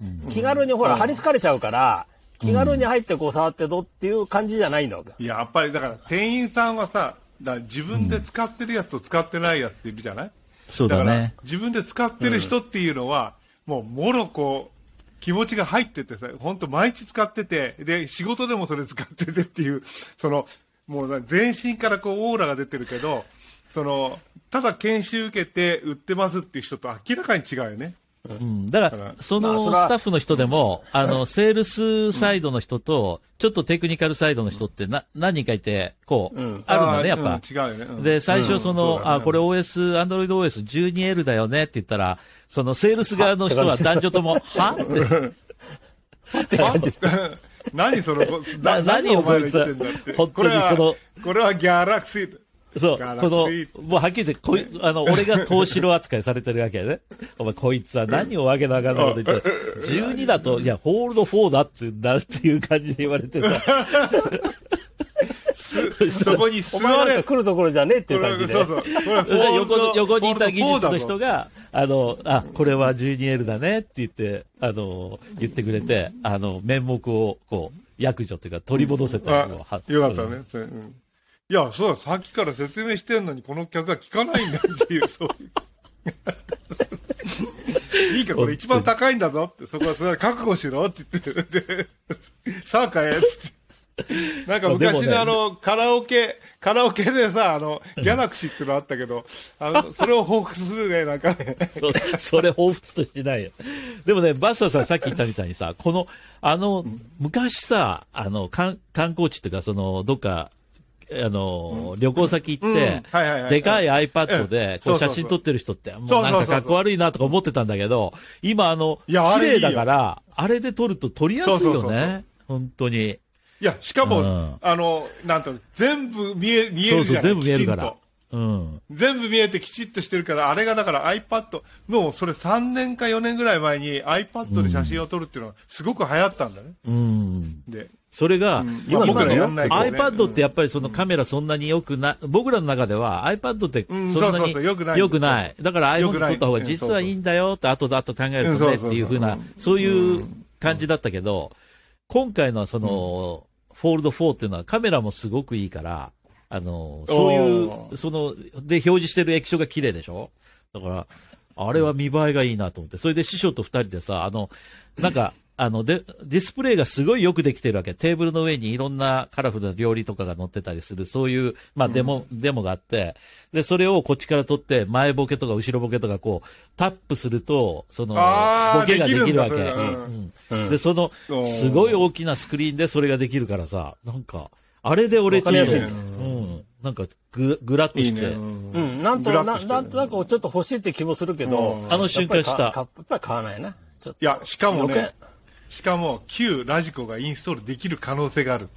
う、気軽にほら、張り付かれちゃうから、気軽に入ってこう触ってどっていう感じじゃないんだわけ。
いややっぱりだから店員さんはさ、だから自分で使ってるやつと使ってないやつっているじゃない、
そうだ
から
ね。
自分で使ってる人っていうのは、もうもろこう、気持ちが入っててさ、本当毎日使ってて、で、仕事でもそれ使っててっていう、その、もうな全身からこうオーラが出てるけど、その、ただ研修受けて売ってますっていう人と明らかに違うよね。
うん。だか
だからら、
そ
まあそ
の
れは
スタッフの人でも、あの、セールスサイドの人と、ちょっとテクニカルサイドの人ってな、何人かいて、こう、
ん
あるんだね、やっ
う
ぱ
ん。違うよね。うん
で、最初その、
うんそうだね
あ、これ OS、Android OS12L だよねって言ったら、そのセールス側の人は男女とも、はっ て、
あ 何その、
な
な
何を
お前
こい
ら
つは
言ってんだって。
本当に
これは
この
これはギャラクシー。
そう、
ガラ
この
スイー、
もうはっきり言って、こい、あの、俺が投資の扱いされてるわけやね。お前、こいつは何をわけのわかんないこと言って、12だと、いや、ホールド4だっつうんだっていう感じで言われて さ、
そこに座
お前なん
れ
か。来るところじゃねえっていう感じで。
そうそう。これは
そしたら横の
フォールド
横にいた技
フォー
術
ルド
の人が、あの、あ、これは 12L だねって言って、あの、言ってくれて、あの、面目を、こう、役女というか取り戻せ
フォ
た
ール
の
ド
を
あ
は
よかったね。それうんいや、そうだ、さっきから説明してんのに、この客が聞かないんだっていう、そう いう。いいか、これ一番高いんだぞって、そこはそれは覚悟しろって言って、で、さあ買えっつって。なんか
まあでも
昔
ね
のあの、カラオケ、カラオケでさ、あの、ギャラクシーってのあったけど、あの、それを報復するね、なんかね。
そそれ、彷彿としないよ。でもね、バスターさん、さっき言ったみたいにさ、この、あの、昔さ、あの、観観光地っていうか、その、どっか、あの、旅行先行って、
うんはいはいはい
でかい iPad で、こう
うんそうそうそ
写
う
真撮ってる人って、
そう
もう
そう
な
そうんそう
かかっこ悪いなとか思ってたんだけど、今、あの、
い
綺
やあれい
麗
いよ
だから、あれで撮ると撮りやすいよね。
そうそうそうそう
本当に。
いや、しかも、
うん
あの、なんと、全部見え、見え
そ
る
う
じ
そ
ゃ
う、
ん。
全部見えるか
きち
ら
んと。
うん。
全部見えてきちっとしてるから、あれがだから iPad、もうそれ3年か4年ぐらい前に iPad で写真を撮るっていうのはすごく流行ったんだね。
うん。
で、
それが、
うん
今
まあ
僕
今
の
のや
んないけどね
iPad ってやっぱりそのカメラそんなに良くない、僕らの中では iPad ってそ
うんん
な
そうそ
に
うそう良くない
良くない。だから iPhone
良
で撮
くない
った方が
うん
実はいいんだよって後だと考えると
うん
ね
そう
っ
そうそう
ていうふう
う
な、
ん
そういう感じだったけど、今回のはその、フォールド4っていうのはカメラもすごくいいから、あの、そう
お
いう、
ー
その、で、表示してる液晶が綺麗でしょだから、あれは見栄えがいいなと思って。それで師匠と二人でさ、あの、なんか、あの、で、ディスプレイがすごいよくできてるわけ。テーブルの上にいろんなカラフルな料理とかが載ってたりする、そういう、まあ、デモ、デモがあって、で、それをこっちから撮って、前ボケとか後ろボケとかこう、タップすると、その、
あー
ボケができるわけ。
できるんだそれが
うん
うん
うんで、その
お、ー
すごい大きなスクリーンでそれができるからさ、なんか、あれで俺ちょっと
わかりや
すいね
うん。なんか、ぐ、ぐらっとして、
う
うんん、なんと
グラ
な
ッとしてる
なんとなくちょっと欲しいって気もするけど、
うん
あの瞬間し。
やったぱりかやっぱり買わないな。ちょっと
いや、しかも
余
ね
計、
しかも旧ラジコがインストールできる可能 性がある。、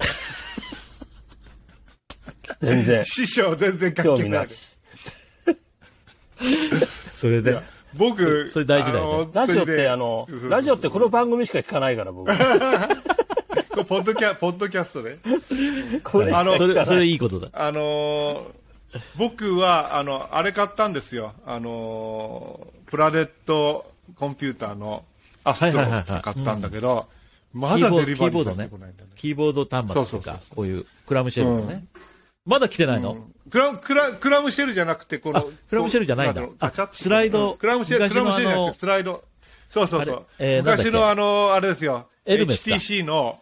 全 然
師匠全然関
興
係
味
な。
ないし。
それ
い
で
や、僕、
そそれ大事だよね
あの
ラジ
本
オっ
当にね
て、あの
そうそ、う
ラジオってこの番組しか聞かないか ら、僕。
これポッドキャ、ポッドキャストね。
これ
あの
それ、それいいことだ。
あのー僕は、あの、あれ買ったんですよ。あのープラネットコンピューターのアストロ
はいはいはいはい
買ったんだけど、ま
キー
だ
ボ
デ
ー
リ
ド、
バ
キ
リ
ーボ
ー
ード
されて
ね
こないんだよね。。
キーボード端末と
そうそうそう
か
そ、
こういうクラムシェルのね。まだ来てないの、
クラクラクラムシェルじゃなくて、こ
あ
の、
クラムシェルじゃないんだ
こうていうのガチャッと
あスライド
うんクラムシェル、
昔
ク
の
ラムシェルじ
あ
ゃな
の
くて、スライド。そうそうそう。
あれえーなんだっけ
昔のあの、あれですよ。
エルメスか
HTC の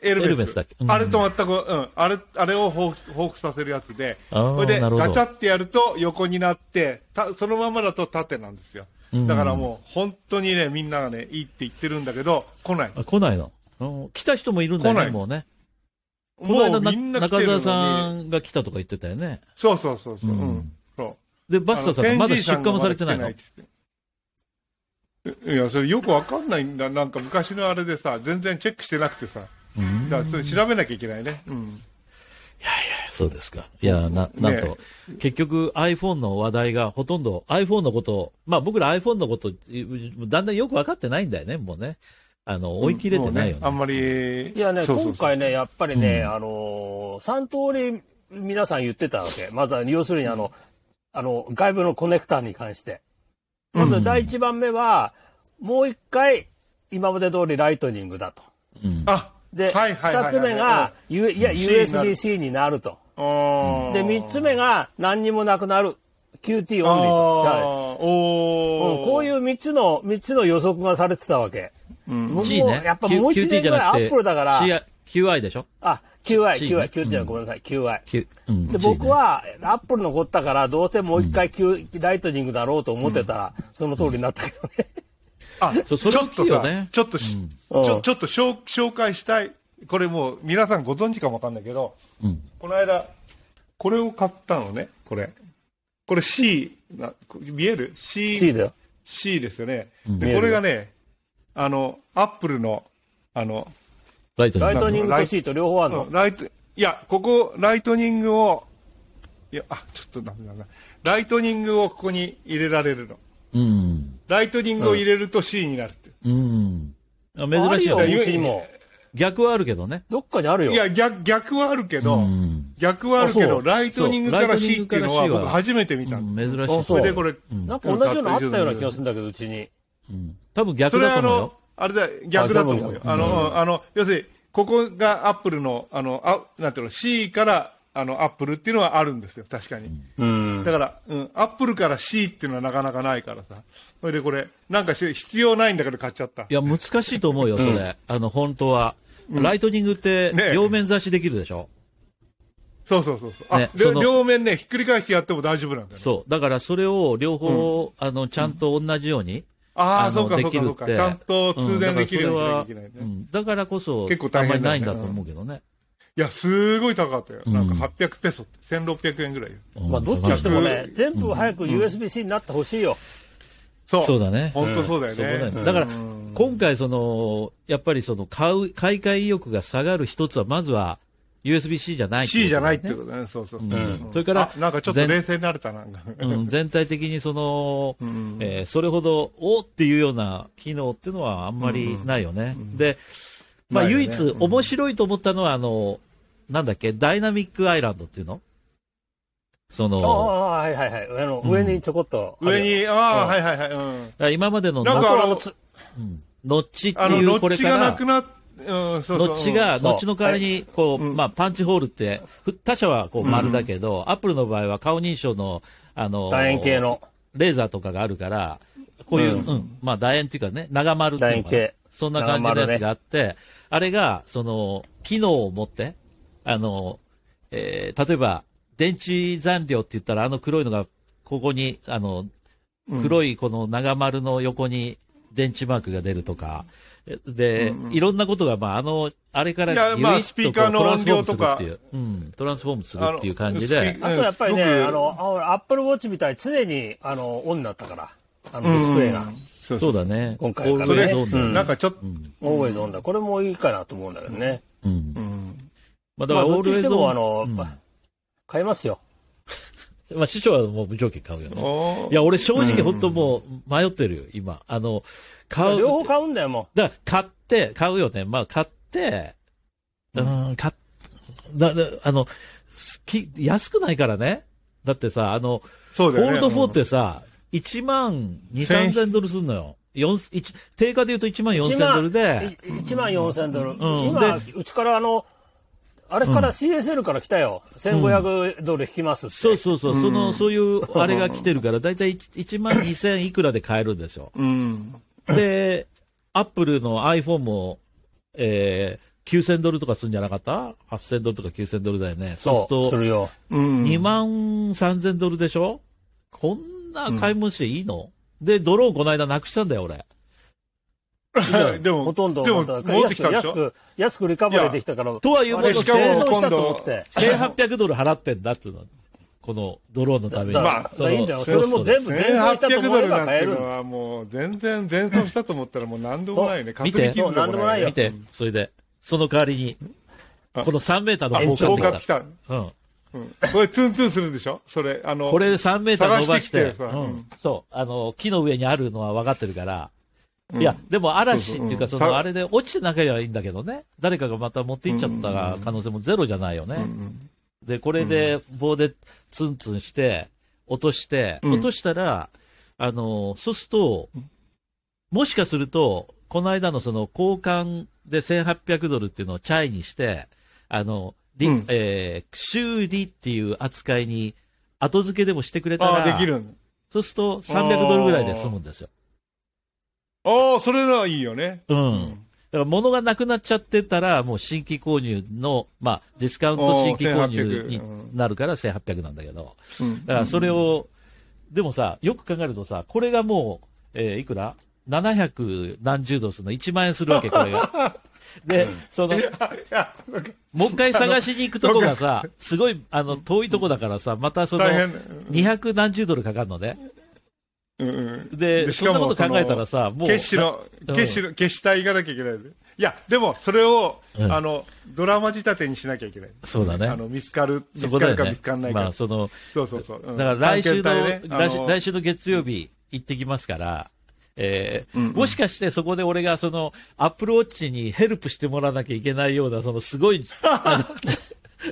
エルメス。
エルメスだっけうん
あれと全く、うん。あれ、あれを報復報復させるやつで。
あー
それで、
なるほど
ガチャってやると横になって、たそのままだと縦なんですよ。だからもう、本当にね、みんながね、いいって言ってるんだけど、来ない。
あ来ないのうん来た人もいるんだよ
来
ね、
ない
もうね。この間
もう
な、
みんな来て
中
るの
澤
に
さんが来たとか言ってたよね。
そうそうそうそう。う
うん
ん。そう。
で、バスターさんがまだ出荷もされてない
あ
の
の。天神さんがまだ来てないって言っていや、それよくわかんないんだ。なんか昔のあれでさ、全然チェックしてなくてさ。
うん
だからそれ調べなきゃいけないね。うん。
そうですか。いや、な、なんと、結局 iPhone の話題がほとんど iPhone のことを、まあ僕ら iPhone のこと、いだんだんよく分かってないんだよね、もうね。あの、追い切れてないよね。
もうあんまり。
いやね、
そうそうそう
今回ね、やっぱりね、
うん
あのー、3通り皆さん言ってたわけ。まずは、要するにあの、あの、外部のコネクターに関して。まず第1番目は、もう一回、今まで通りライトニングだと。
うん
あ、
で、
はいはいはいはい
2つ目が、U いや、
C になる
USB-C になると。
あー
で、3つ目が、何にもなくなる。QT オンリー
あ
と。じゃあ
あ、お
う
ー。
んこういうう3つの、三つの予測がされてたわけ。
うん
僕
G
も、
ね。
やっぱもう
Q-
1
QT
年
じ
ぐ
ゃ
らい
な
ア
くて
ップルだから、
CI QI でしょ
あ、QI、
G ね
QI、QT じゃないごめんなさい、QI。
?Q、うん。
で
G ね
僕、は、アップルのこったから、どうせもう一回、Q ライトニングだろうと思ってたら、その通りになったけどね。
あ、
そそれ
ちょ
大
っ
き
と
いよ
さ
ね、
ちょっとし、
うん
ち
う
ょ
ん
ちょっと紹紹介したい。これもう皆さんご存知かもわかんないけど、
うん。
この間、これを買ったのね、これ。これ C、なこ見える ?C、
いいだよ。
C ですよね。
うん
見え
で、
る
これがね、あの、アップルの、あの、
ライトニン
ライ
グ。
トニングとシート両方ある
あの
の。
ライト、いや、ここ、ライトニングを、いや、あ、ちょっとダメだな。ライトニングをここに入れられるの。
うん。
ライトニングを入れると C になるって。
うん。あ
あ
珍しい
る
よ
よ、
ね
う。ちにも。
逆はあるけどね。
どっかにあるよ。
いや、逆、逆はあるけど、
うん。
逆はあるけ
あそ
ど、
う
ライトニングか
そうラ
ら
イトニ
C
ングか
ってい
ら
う
C は
のは僕初めて見た
う
の。
ん珍しい。
あ
そ
そう
れでこれ、
なんか同じようなのあったような気がするんだけど、うちに。
うん多分逆
それ
だ
は
と
あ
思うよ
の。、あれだ、逆だと思うよ
あ。そう
あ
なの
の、あの、要するに、ここがアップルの、あの、あなんていうの、C から、あの、アップルっていうのはあるんですよ、確かに。
うん
だ。から、うん、アップルから C っていうのはなかなかないからさ。それでこれ、なんかし必要ないんだけど買っちゃった
い。や、難しいと思うよ、それ。あの、本当は。ライトニングって
ね、え
両面差しできるでしょ、
そうそうそうそう。あ、
ね
り
そ
ょ
の
両面ね、ひっくり返してやっても大丈夫なんだよね。
そう。だから、それを両方、あの、ちゃんと同じように。
ああ、
の
そうか
で
そう
き
か
る
そ
っ
うか。
て
ちゃんと通電できるようにしなきゃいけないね。
うんだからそれはうんだからこそ、
結構大変だ
あ
よね
んまりないんだと思うけどね。
いや、すごい高かったよ。なんか
うん
800ペソって、1600円ぐらいよ。
うん
まあ、どっちにして
だ
も
から
ね、全部早く USB-C になってほしいよ。
そう。
そうだね。
本当そうだよ
そうだよ
ね。
ね。だから
うん、
今回、その、やっぱりその、買う、買い替え意欲が下がる一つは、まずは、USB-C じゃないっていう
C
ことだ
じゃ
ね
ないってことだね。そうそうそう。
うん
うん
それから
あなんかちょっと冷静になれたな。
うん、全体的にその、
ん
えーそれほど、おーっていうような機能っていうのはあんまりないよね。で、まあ、
ないよ
唯
ね
一
うん
面白いと思ったのは、あの、なんだっけ、ダイナミックアイランドっていうのそ
ああ
の、、
はいはいはい。あの、
ん
上にちょこっと。
上に、ああ、
うん
はいはいはい。うん。
今までの
なん
ノ
か
あ
あの
の、つ
うんノッチって
あの、
い
ノ
うこ
ッ
れ
チ
か
がな
ら
く、なっ、うん、そうそう。
ノッチが、
ん
ノッチの代わりに、こう、
うん
まあ、パンチホールって、ふ他社はこう丸だけど、アップルの場合は顔認証の、あの、
楕円形の。
レーザーとかがあるから、こういう、
う
うんん、まあ楕円っていうかね、長丸っていうのか
楕
な
円形
そんな感じの
長丸
や
ね
つがあって、あれが、その、機能を持って、あの、えー例えば、電池残量って言ったら、あの黒いのが、ここに、あの、
うん
黒いこの長丸の横に電池マークが出るとか、えで、いろんなことが、まあ、あの、あれから
いや
ギュイッとこう、
まあスピーカーの
トランスフォーム
音量とか
するっていう、うん、トランスフォームする
あの
っていう感じ
スピ
で
ー、
あとやっぱりね、
うん
あの、あアップルウォッチみたいに常に、あの、オンになったから、あの、ディスプレイが。
そう
そう
だ。
だね。
今回からね
それ、
Always on だよね
なんかちょっと、
オーウェイズオンだ。これもいいかなと思うんだけどね。
うん
うん。
まあ、だから、
まあ
オールウェイズ
どっちにして
オ
もあの
ン。うん
買いますよ。
まあ、師匠はもう無条件買うよね。
おー
いや、俺正直本当もう迷ってるよ、今。あの、買う。
両方買うんだよ、も
だから買って、買うよね。まあ、買って、うーん、買っ、だ、だあの、好き、安くないからね。だってさ、あの、
そうだよ
ゴー
ね。
ルド4ってさ、1万2、3000ドルすんのよ。四一定価で言うと1万
う。
4000ドルで、
1万4000ドル。
ん
今、
で
うちからあの、あれから CSL から来たよ。1500ドル引きますって。
そうそうそう、その、そういうあれが来てるから、だいたい1万2000いくらで買えるんですよ。
うん。
で、アップルの iPhone も、えー、9000ドルとかするんじゃなかった ?8000 ドルとか9000ドルだよね。そう
そ
す
う、す
る
るよ。
うん。
と、2万3000ドルでしょこんな買い物していいの、で、ドローンこの間なくしたんだよ、俺。
でも
ほとんど、
でも
ま
戻ってきたでし
安
ょ
く、安くリカバリーできたから、
とはいうもの
あれ
しかも
生存した
今度
と思って。
1800ドル払ってんだっていうのは、このドローンのために。
だ
まあ
だからいいんだよ。そ
の
れも全部、全部したと
1800
思
ド
え
ルな
ば
んて
買え
いう
る
んの
だ。
はもう全然全損したと思ったらもう何でもないね。か
見
す
て
り傷でもない、ね。
見て、それで、その代わりに、
あ
この3メーターの
あ、
方向
広
が
が
来
来
た。
た。
うん。
うん。これツンツンするでしょそれ、あの、
これで3メーター伸ばして、
探してきてさ
う
うんん、
そう、あの、木の上にあるのは分かってるから、
うん
いや、でも嵐っていうか、そ
そ
う
そううん
の、
さ
あれで落ちてなければいいんだけどね、誰かがまた持っていっちゃったら可能性もゼロじゃないよね。
うんうん
で、これで棒でツンツンして、落として、
うん
落としたら、あの、そうすると、もしかすると、この間のその交換で1800ドルっていうのをチャイにして、あの、り
うん
えー修理っていう扱いに後付けでもしてくれた
ああ、
ら、
できるんだ。
そうすると300ドルぐらいで済むんですよ。
ああ、それならいいよね。
うん。だから物がなくなっちゃってたら、もう新規購入の、まあ、ディスカウント新規購入に
おー1800
なるから1800なんだけど。
うん
だからそれを、でもさ、よく考えるとさ、これがもう、えーいくら ?700 何十ドルするの1万円するわけ、これ が。で、その、
あいやなんか
もう一回探しに行くとこがさ、すごい、あの、遠いとこだからさ、またその、
大変。
200何十ドルかかるのね。
うんうん
で、そんなこと考えたら、
し
さ、
か
も
も
う、
その決死の、
うん
決死の、決死隊行かなきゃいけないよね。いや、でも、それを、
うん
あの、ドラマ仕立てにしなきゃいけない。
そうだね
あの、見つかる、見
そ
つ
こ
か
だよ
るか
ね
見つかんない。か。
まあ、その、
そうそうそう。うん
だから来週の、
探検隊
来
ねあ
週
の
来週の月曜日行ってきますから、えー
うんうん
もしかしてそこで俺がその、アップルウォッチにヘルプしてもらわなきゃいけないような、そのすごい、あ の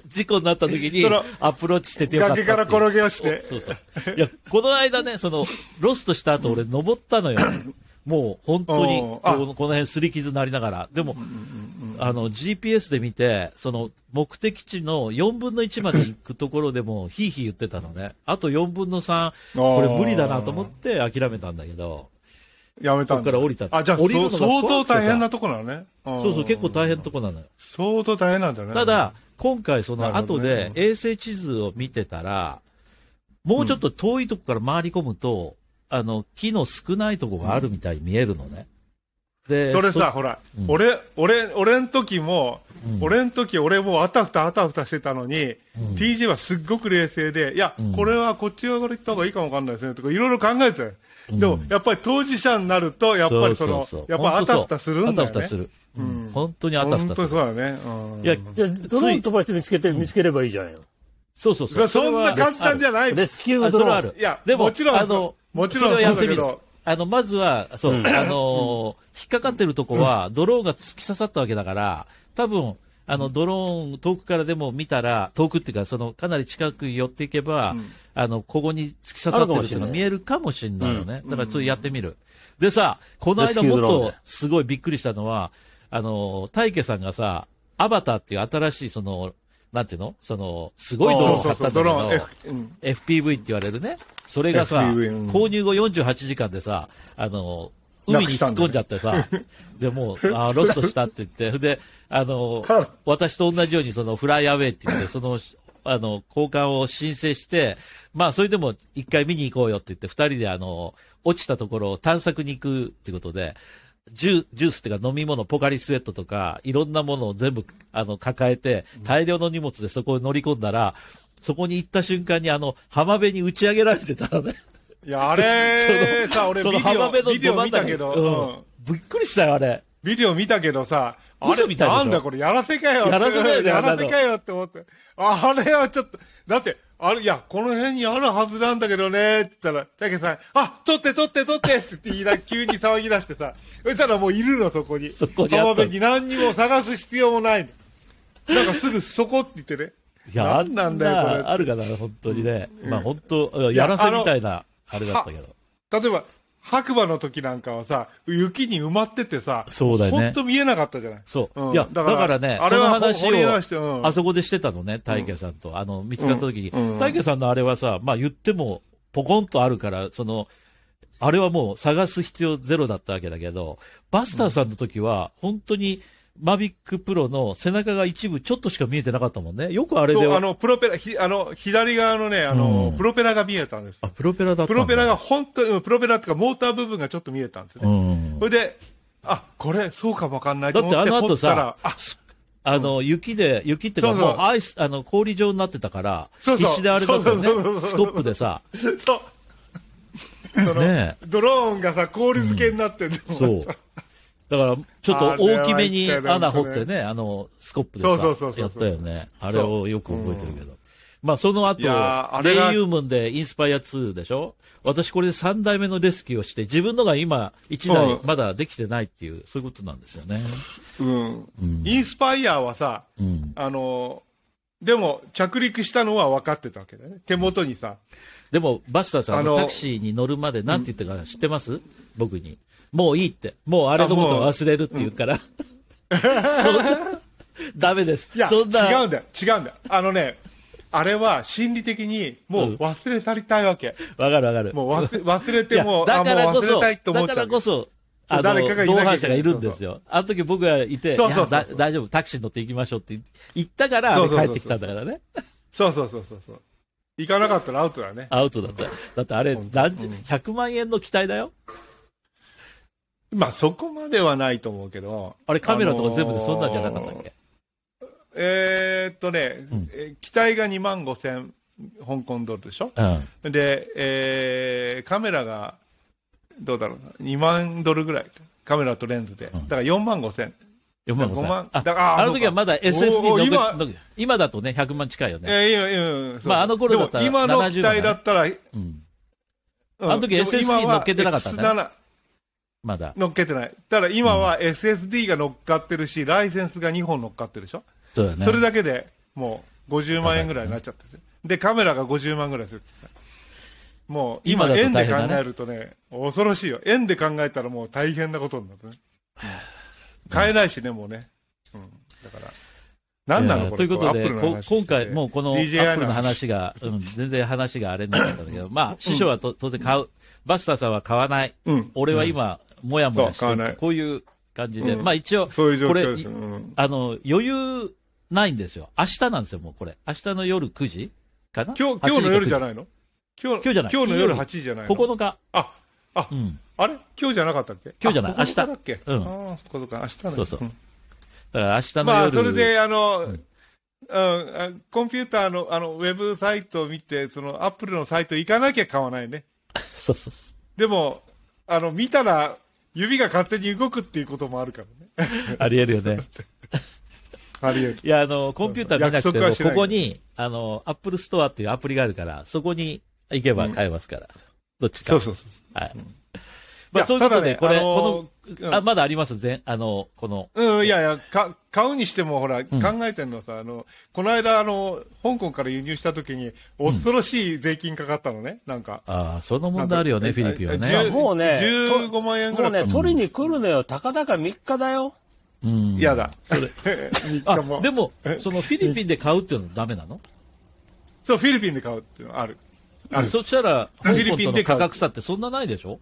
事故になった時に
その、
アップルウォッチしててよかったっていう。
崖から転げ 落ちて
そうそう。いや、この間ね、その、ロストした後俺登った のよ。もう本当に
お
こ
ーあ
の、この辺すり傷になりながら。でも、あの、GPS で見て、その、目的地の4分の1まで行くところでも、ヒーヒー言ってたのね。あと4分の3、これ無理だなと思って諦めたんだけど、
やめたんだ
そっから降りた
あ、じゃあ、
降りるの
そ
が
う相当
怖くてさ
大変なとこなのね。そ
そうそう、結構大変なとこなのよ。
相当大変なんだね。
ただ、今回その
なるほ
後
どね
で衛星地図を見てたら、もうちょっと遠いとこから回り込むと、あの、木の少ないとこがあるみたいに見えるのね。で、
それさ、、ほら、
うん
俺、俺、俺ん時も、
うん
俺ん時、俺もうあたふたあたふたしてたのに、
うん
TJ はすっごく冷静で、いや、
うん
これはこっち側から行った方がいいかもわかんないですね、とか、いろいろ考えてたよ。
うん
でも、やっぱり当事者になると、やっぱりその、
ううう
やっぱあたふたするんだよ
あ
ね。
たふたする。う
うんん
本当にあたふ
本
た
当に
す
そ
る。
うだね。うん
いや、
じゃあドローン飛ばして見つけて、見つければいいじゃんよ。
そうそう
そ
そうう。
そんな簡単じ
ゃ
ゃない。
レスキュ
あ
ー
そ
ド
れ
ローン。
はある。
いや
でも、
もちろん
あの
そ、もちろん
それをやってみ
そうだ
る
けど。
あの、まずは、そう、
うん
あのー、引っかかってるとこは、ドローンが突き刺さったわけだから、多分、あの、ドローン、遠くからでも見たら、遠くっていうか、その、かなり近く寄っていけば、
うん
あの、ここに突き刺さってるっていうのが見えるかもしれないよね。だから、ちょっとやってみる。でさ、この
レ
間
スキュー
もっ
ドローン
と
で、
すごいびっくりしたのは、あのー、大家さんがさ、アバターっていう新しい、その、なんていうのその、すごいドローンを
そ
買
う
っ
そ
た
う、
んだ
ド
け
ローン
ど、
F- うん。
FPV って言われるね、それがさ、
FPV うん
購入後48時間でさ、あの、海に突っ込んじゃって さ、で、もう、あーロストしたって言って、で、あ の
はい、
私と同じように、その、フライアウェイって言って、その、あの、交換を申請して、まあ、それでも一回見に行こうよって言って、二人であの、落ちたところを探索に行くってことで、ジュジュースっていうか飲み物、ポカリスエットとか、いろんなものを全部あの抱えて、大量の荷物でそこに乗り込んだら、そこに行った瞬間にあの、浜辺に打ち上げられてたのね。
いや、あれさ、俺
そ
ビ
の
デ
浜
オ、
辺の
ビデオ
ど真
見
ん中
た
に
けど、うん
うんびっくりしたよ、あれ。
ビデオ見たけどさ、あ
嘘
れ、
みたいでしょ
なんだこれ、やらせかよ。
やらせだよね
やらせかよって思って。あれはちょっと、だって、あれ、いや、この辺にあるはずなんだけどね、って言ったら、たけさん、あ、撮って撮って撮ってって言って言いな、急に騒ぎ出してさ、そしたらもういるの、そこに。
そこにあった
浜辺に何にも探す必要もないの。なんかすぐそこって言ってね。
いや、あ
なん
ん
な
なん
だよ、こ
あるかな、本当にね。まあ、本当、やらせみたいな、あれだったけど。
れ。例えば、白馬の時なんかはさ、雪に埋まっててさ、
そうだよね
ほんと見えなかったじゃない。
そう、
うん
いや、だからね、
あれはほ
そ
掘
の
り出し
話
てう
を、
ん
あそこでしてたのね、大家さんと。あの、見つかった時に。
うんうん
大家さんのあれはさ、まあ言っても、ポコンとあるから、その、あれはもう探す必要ゼロだったわけだけど、バスターさんの時は、本当に、マビックプロの背中が一部ちょっとしか見えてなかったもんね。よくあれで
そう、
は
あの、プロペラ、ひあの、左側のね、あの、
うん
プロペラが見えたんです
あ。プロペラだった
プ
んだ
ロペラが、本当に、うんプロペラっていうか、モーター部分がちょっと見えたんです
う
ね。
ん
そ。れで、あ、これ、そうかもわかんないと
だっ
思
て
って
あの
掘
後
ったら
さ、、ああの、雪で、雪っていうか
そうそ
も
う
うアイス、あの、氷状になってたから、
そうそう
必死であれだったよね
そうそうそう。そう
スコップでさ、
そう。その
ね
ドローンがさ、氷漬けになってんの、
そう。だから、ちょっと大きめに穴掘ってね、あの、スコップでさ
そうそうそうそう
やったよね。あれをよく覚えてるけど。まあ、その後
いやー、あ
レ
れが
イユームンでインスパイア2でしょ私これで3代目のレスキューをして、自分のが今、1
そう
台まだできてないっていう、そういうことなんですよね。
うん。インスパイアはさ、
うん。
あの、でも、着陸したのは分かってたわけだよね。手元にさ、
でも、バスターさん、
あの
タクシーに乗るまでなんて言ったか知ってます、僕に。もういいって。もうあれのことは忘れるって言うから。そんな、ダメです。
いや、
そんな、
違うんだよ、違うんだよ。あのね、あれは心理的にもう忘れ去りたいわけ。
わかるわかる。
もう忘れ忘れ
い
て
や
もう、
だ
あ、も
か
う
らこ
忘
そ、
れたいって思っ
だ
ち
か
ゃう。
らこそ、あの、
誰かがいなきゃ
同伴者がいるんですよ。あの時僕がいて、い
そう
や
そうそうそう
だ大丈夫、タクシーに乗って行きましょうって言ったから、あ
そ
れ
うそうそう
帰ってきたんだからね。
そうそうそうそうそう。行かなかったらアウトだね。
アウトだった。だってあれ、
本当
何十、
うん
100万円の機体だよ。
まあそこまではないと思うけど。
あれカメラとか全部でそんなんじゃなかったっけ、
えーっとね、
うん
えー機体が2万5千香港ドルでしょ
うん。
で、えーカメラが、どうだろうな、2万ドルぐらい。カメラとレンズで。だ
ん
から4万5千。
4万5
5万
千。あ
だあ
あの時はまだ SSD
お
の
お
け
今
のけ今だとね、100万近いよね。
えーいやいやいやそう
まああの頃だったら
でも今の
70
機体だったら、
うん。
うん
あの時
でも
SSD
今は
乗っけてなかったんだ
X7
まだ。
乗っけてない。ただ今は SSD が乗っかってるし、ライセンスが2本乗っかってるでしょ
そうだね。
それだけでもう50万円ぐらいになっちゃってる、で、カメラが50万ぐらいする。もう今、
今だと
円で
大変
考
だね
えるとね、恐ろしいよ。円で考えたらもう大変なことになるね。買えないしね、もうね。うん。だから。何なの
えー
こ
とい
れ
うことで、
アップルの
こ
話してて
今回、もうこのア
DJI
ップルの話が、うん、全然話があれになかったんだけ ど、まあ、師匠はと当然買う。バスターさんは買わない。
うん
俺は今、もやもやして
そう買わな
る
い。
こういう感じで、
うん
まあ一応、
そういう状
これ
況です。うん
あの、余裕ないんですよ。明日なんですよ、もうこれ。明日の夜9時かな
今日、今日の夜じゃ
い
ないの今
今
日
日じゃない
今日の夜8時じゃないの
?9 日。
あ、あ
う、ん。
あれ今日じゃなかったっけ
今日じゃない
あ9日だっけ
明日
ああ、そっかそっか、明日だね
そうそうんだから明日の夜。
まあ、それで、あの、
う
うんん、あコンピューターの、あの、ウェブサイトを見て、その、アップルのサイト行かなきゃ買わないね。
そうそうそう。
でも、あの、見たら、指が勝手に動くっていうこともあるからね。
ありえるよね。
あり得る。
いや、あの、コンピューター見なくて
約束
も、
はしない
ここに、あの、アップルストアっていうアプリがあるから、そこに行けば買えますから。どっちか。
そうそうそう。
はい。
い
まあ、
や
そういうことで、こ
た
れ、
だねあの
この、あ、まだあります全、あの、この、
うん、いやいや、か買うにしても、ほら、考えてるのはさ、あの、この間、あの、香港から輸入した時に、恐ろしい税金かかったのね、なんか。
ああ、その問題あるよね、
なん
フ
か
ィリピンは
え
ね
え。
もうね、
15万円ぐらい
もう
う
ね、
ん
取りに来るのよ。たかだか3日だよ。
うん。
嫌、だ。
それ。
3
あ
日も、
でも、そのフィリピンで買うっていうのはダメなの
そう、フィリピンで買うっていうのはある。ある
そしたら、
フ
香
ィリ
港
ピ
と
ン
の
で買
価
う
格差ってそんなないでしょ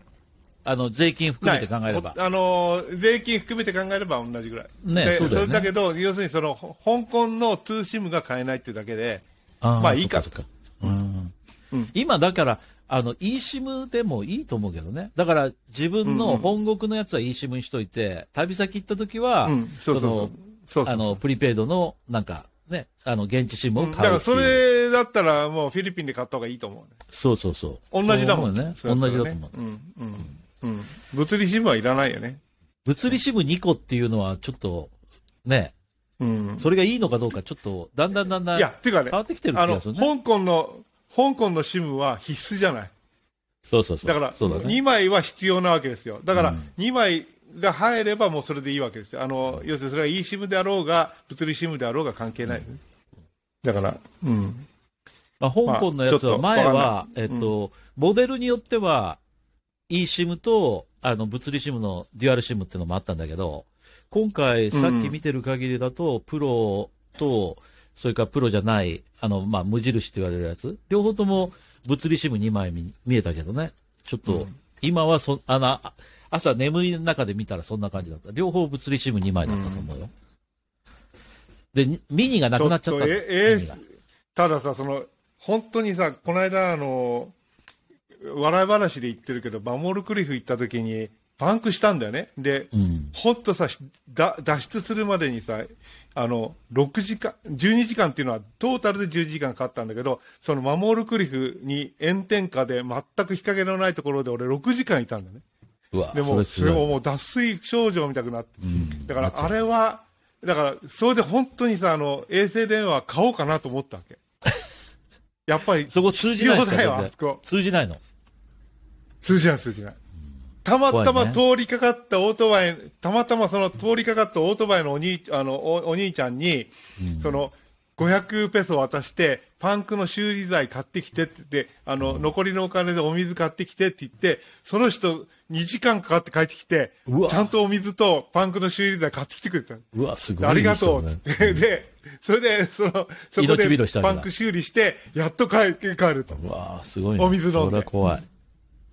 あの、税金含めて考えれば
ない。おあのー税金含めて考えれば同じぐらい。
ね
で
そうだよね
れだけど、要するにその、ほ香港の 2SIM が買えないっていうだけで、
あー
まあいいか
そっそっうん
うん
今だから、あの、eSIM でもいいと思うけどね。だから、自分の本国のやつは eSIM にしといて、旅先行った時は、
うん、そうそうそう。そう
の、
そ
あ
うそ
の、
う
プリペイドの、なんか、ね、あの、現地 SIM
う
を
ん。だ
買
か
う
ら
って
そ
いう。
れだったらもうフィリピンで買った方がいいと思うね。
そうそうそう。
同じだもん
そう思うね。同
そう
じ
だ
だ
った
と思
ら
う。
うん、うん。うん、物理 SIM はいらないよね。
物理 SIM2 個っていうのは、ちょっと、ね、
うん。
それがいいのかどうか、ちょっと、だんだんだんだん、
いや、ていうかね
変、わってきてる気
あの、
がするね。
香港の、香港の SIM は必須じゃない。
そうそうそう。
だから、
そうだね。
2枚は必要なわけですよ。だか
う
ら
ん、
2枚が入ればもうそれでいいわけですよ。あの、要するにそれは eSIM であろうが、物理 SIM であろうが関係ない。だから、うん。
まあ、香港のやつは
まあ
前
ちょっと
は
わ、
えっ
んない
と、モデルによっては、eSIM と、あの、物理 SIM のデュアル SIM ってのもあったんだけど、今回、さっき見てる限りだと、プロと、それからプロじゃない、あの、まあ、無印って言われるやつ、両方とも物理 SIM2 枚見見えたけどね。ちょっと、今はそ、あの、あ朝眠い中で見たらそんな感じだった。両方物理 SIM2 枚だったと思うよ。で、にミニがな
ちょ
くな
っ
っちゃっ
と、
たの。
え、え
ミニが
たださ、その、本当にさ、この間、あの、笑い話で言ってるけど、バモールクリフ行った時に、パンクしたんだよね。で、
うん。
ほんとさ、だ脱出するまでにさ、あの、6時間、12時間っていうのはトータルで10時間かかったんだけど、そのマモールクリフに炎天下で全く日陰のないところで俺6時間いたんだね。
うわ、
で
そ
も、
れ
そ
辛
れ
い
ももう脱水症状みたくなって、
うん
だからあれは、だから、それで本当にさ、あの、衛星電話買おうかなと思ったわ け。やっぱり、
そこ通じないですか
必要だ
全
よ
然
あそこ
通じないの。
通じない、通じない。たまた
怖い
ま
ね
通りかかったオートバイ、たまたまその通りかかったオートバイのお兄あのおお兄ちゃんに、その500ペソ渡して、パンクの修理剤買ってきてって言って、あの、残りのお金でお水買ってきてって言って、その人2時間かかって帰ってきて
うわ、
ちゃんとお水とパンクの修理剤買ってきてくれたの。
うわ、すごい。
ありがとうっ
いい
つ
で
っ
すよね
て、で、それで、その、そこ
命拾いし
で
たんだ
パンク修理して、やっと帰帰ると。
うわすごいね。
お水飲んで
それは怖い。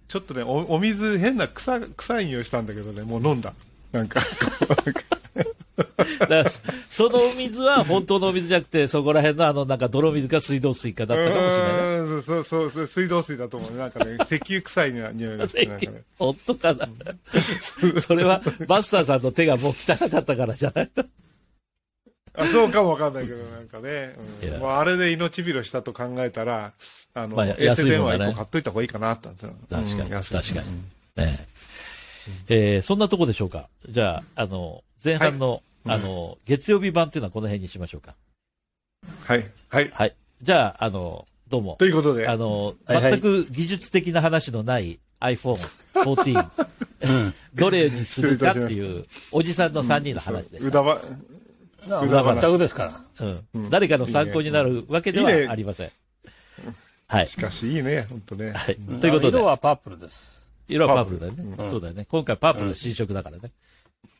ちょっとね、おお水、変な臭臭い匂いしたんだけどね、もう飲んだ。なんか、
だから、そそのお水は本当のお水じゃなくて、そこら辺のあの、なんか泥水か水道水かだったかもしれないね。
うーんそうそうそう、水道水だと思うね。な んかね、石油臭い匂いがして、なんかね。
本当かなそれはバスターさんの手がもう汚かったからじゃないの
あそうかもわかんないけど、なんかね。うん
いや
まあ、あれで命拾いしたと考えたら、あの、
まあ
衛星電話
安いもんだ
1
ね
個買っといた方がいいかなってなったんで
確か
すよ。
に、
うん安い
確かに。えええーそんなとこでしょうか。じゃあ、あの、前半の、
はい
あの、月曜日版っていうのはこの辺にしましょうか。
はい。はい。
はい。じゃあ、あの、どうも
と。いうことで、
あの、
はいはい
全く技術的な話のない iPhone 14、
うん。
どれにするかって
失
いう、おじさんの3人の話で
う
し
だ
た。
ば、
ま
裏
あ
話
全くですから。
うん
うん
誰かの参考になるわけではい
いね
ありません。はい
し。かしいいね、本当ね。
はい。ということで
色。はパープルです。
色はパープルだよ
パー
ね
プ。
うんそうだよね。今回パープルの新色だからね。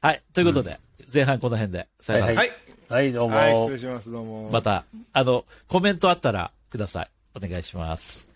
はい。ということで、前半この辺で。さよなら
は
はい。
はい、どうも。
はい、失礼します、どうも。
また、あの、コメントあったらください。お願いします。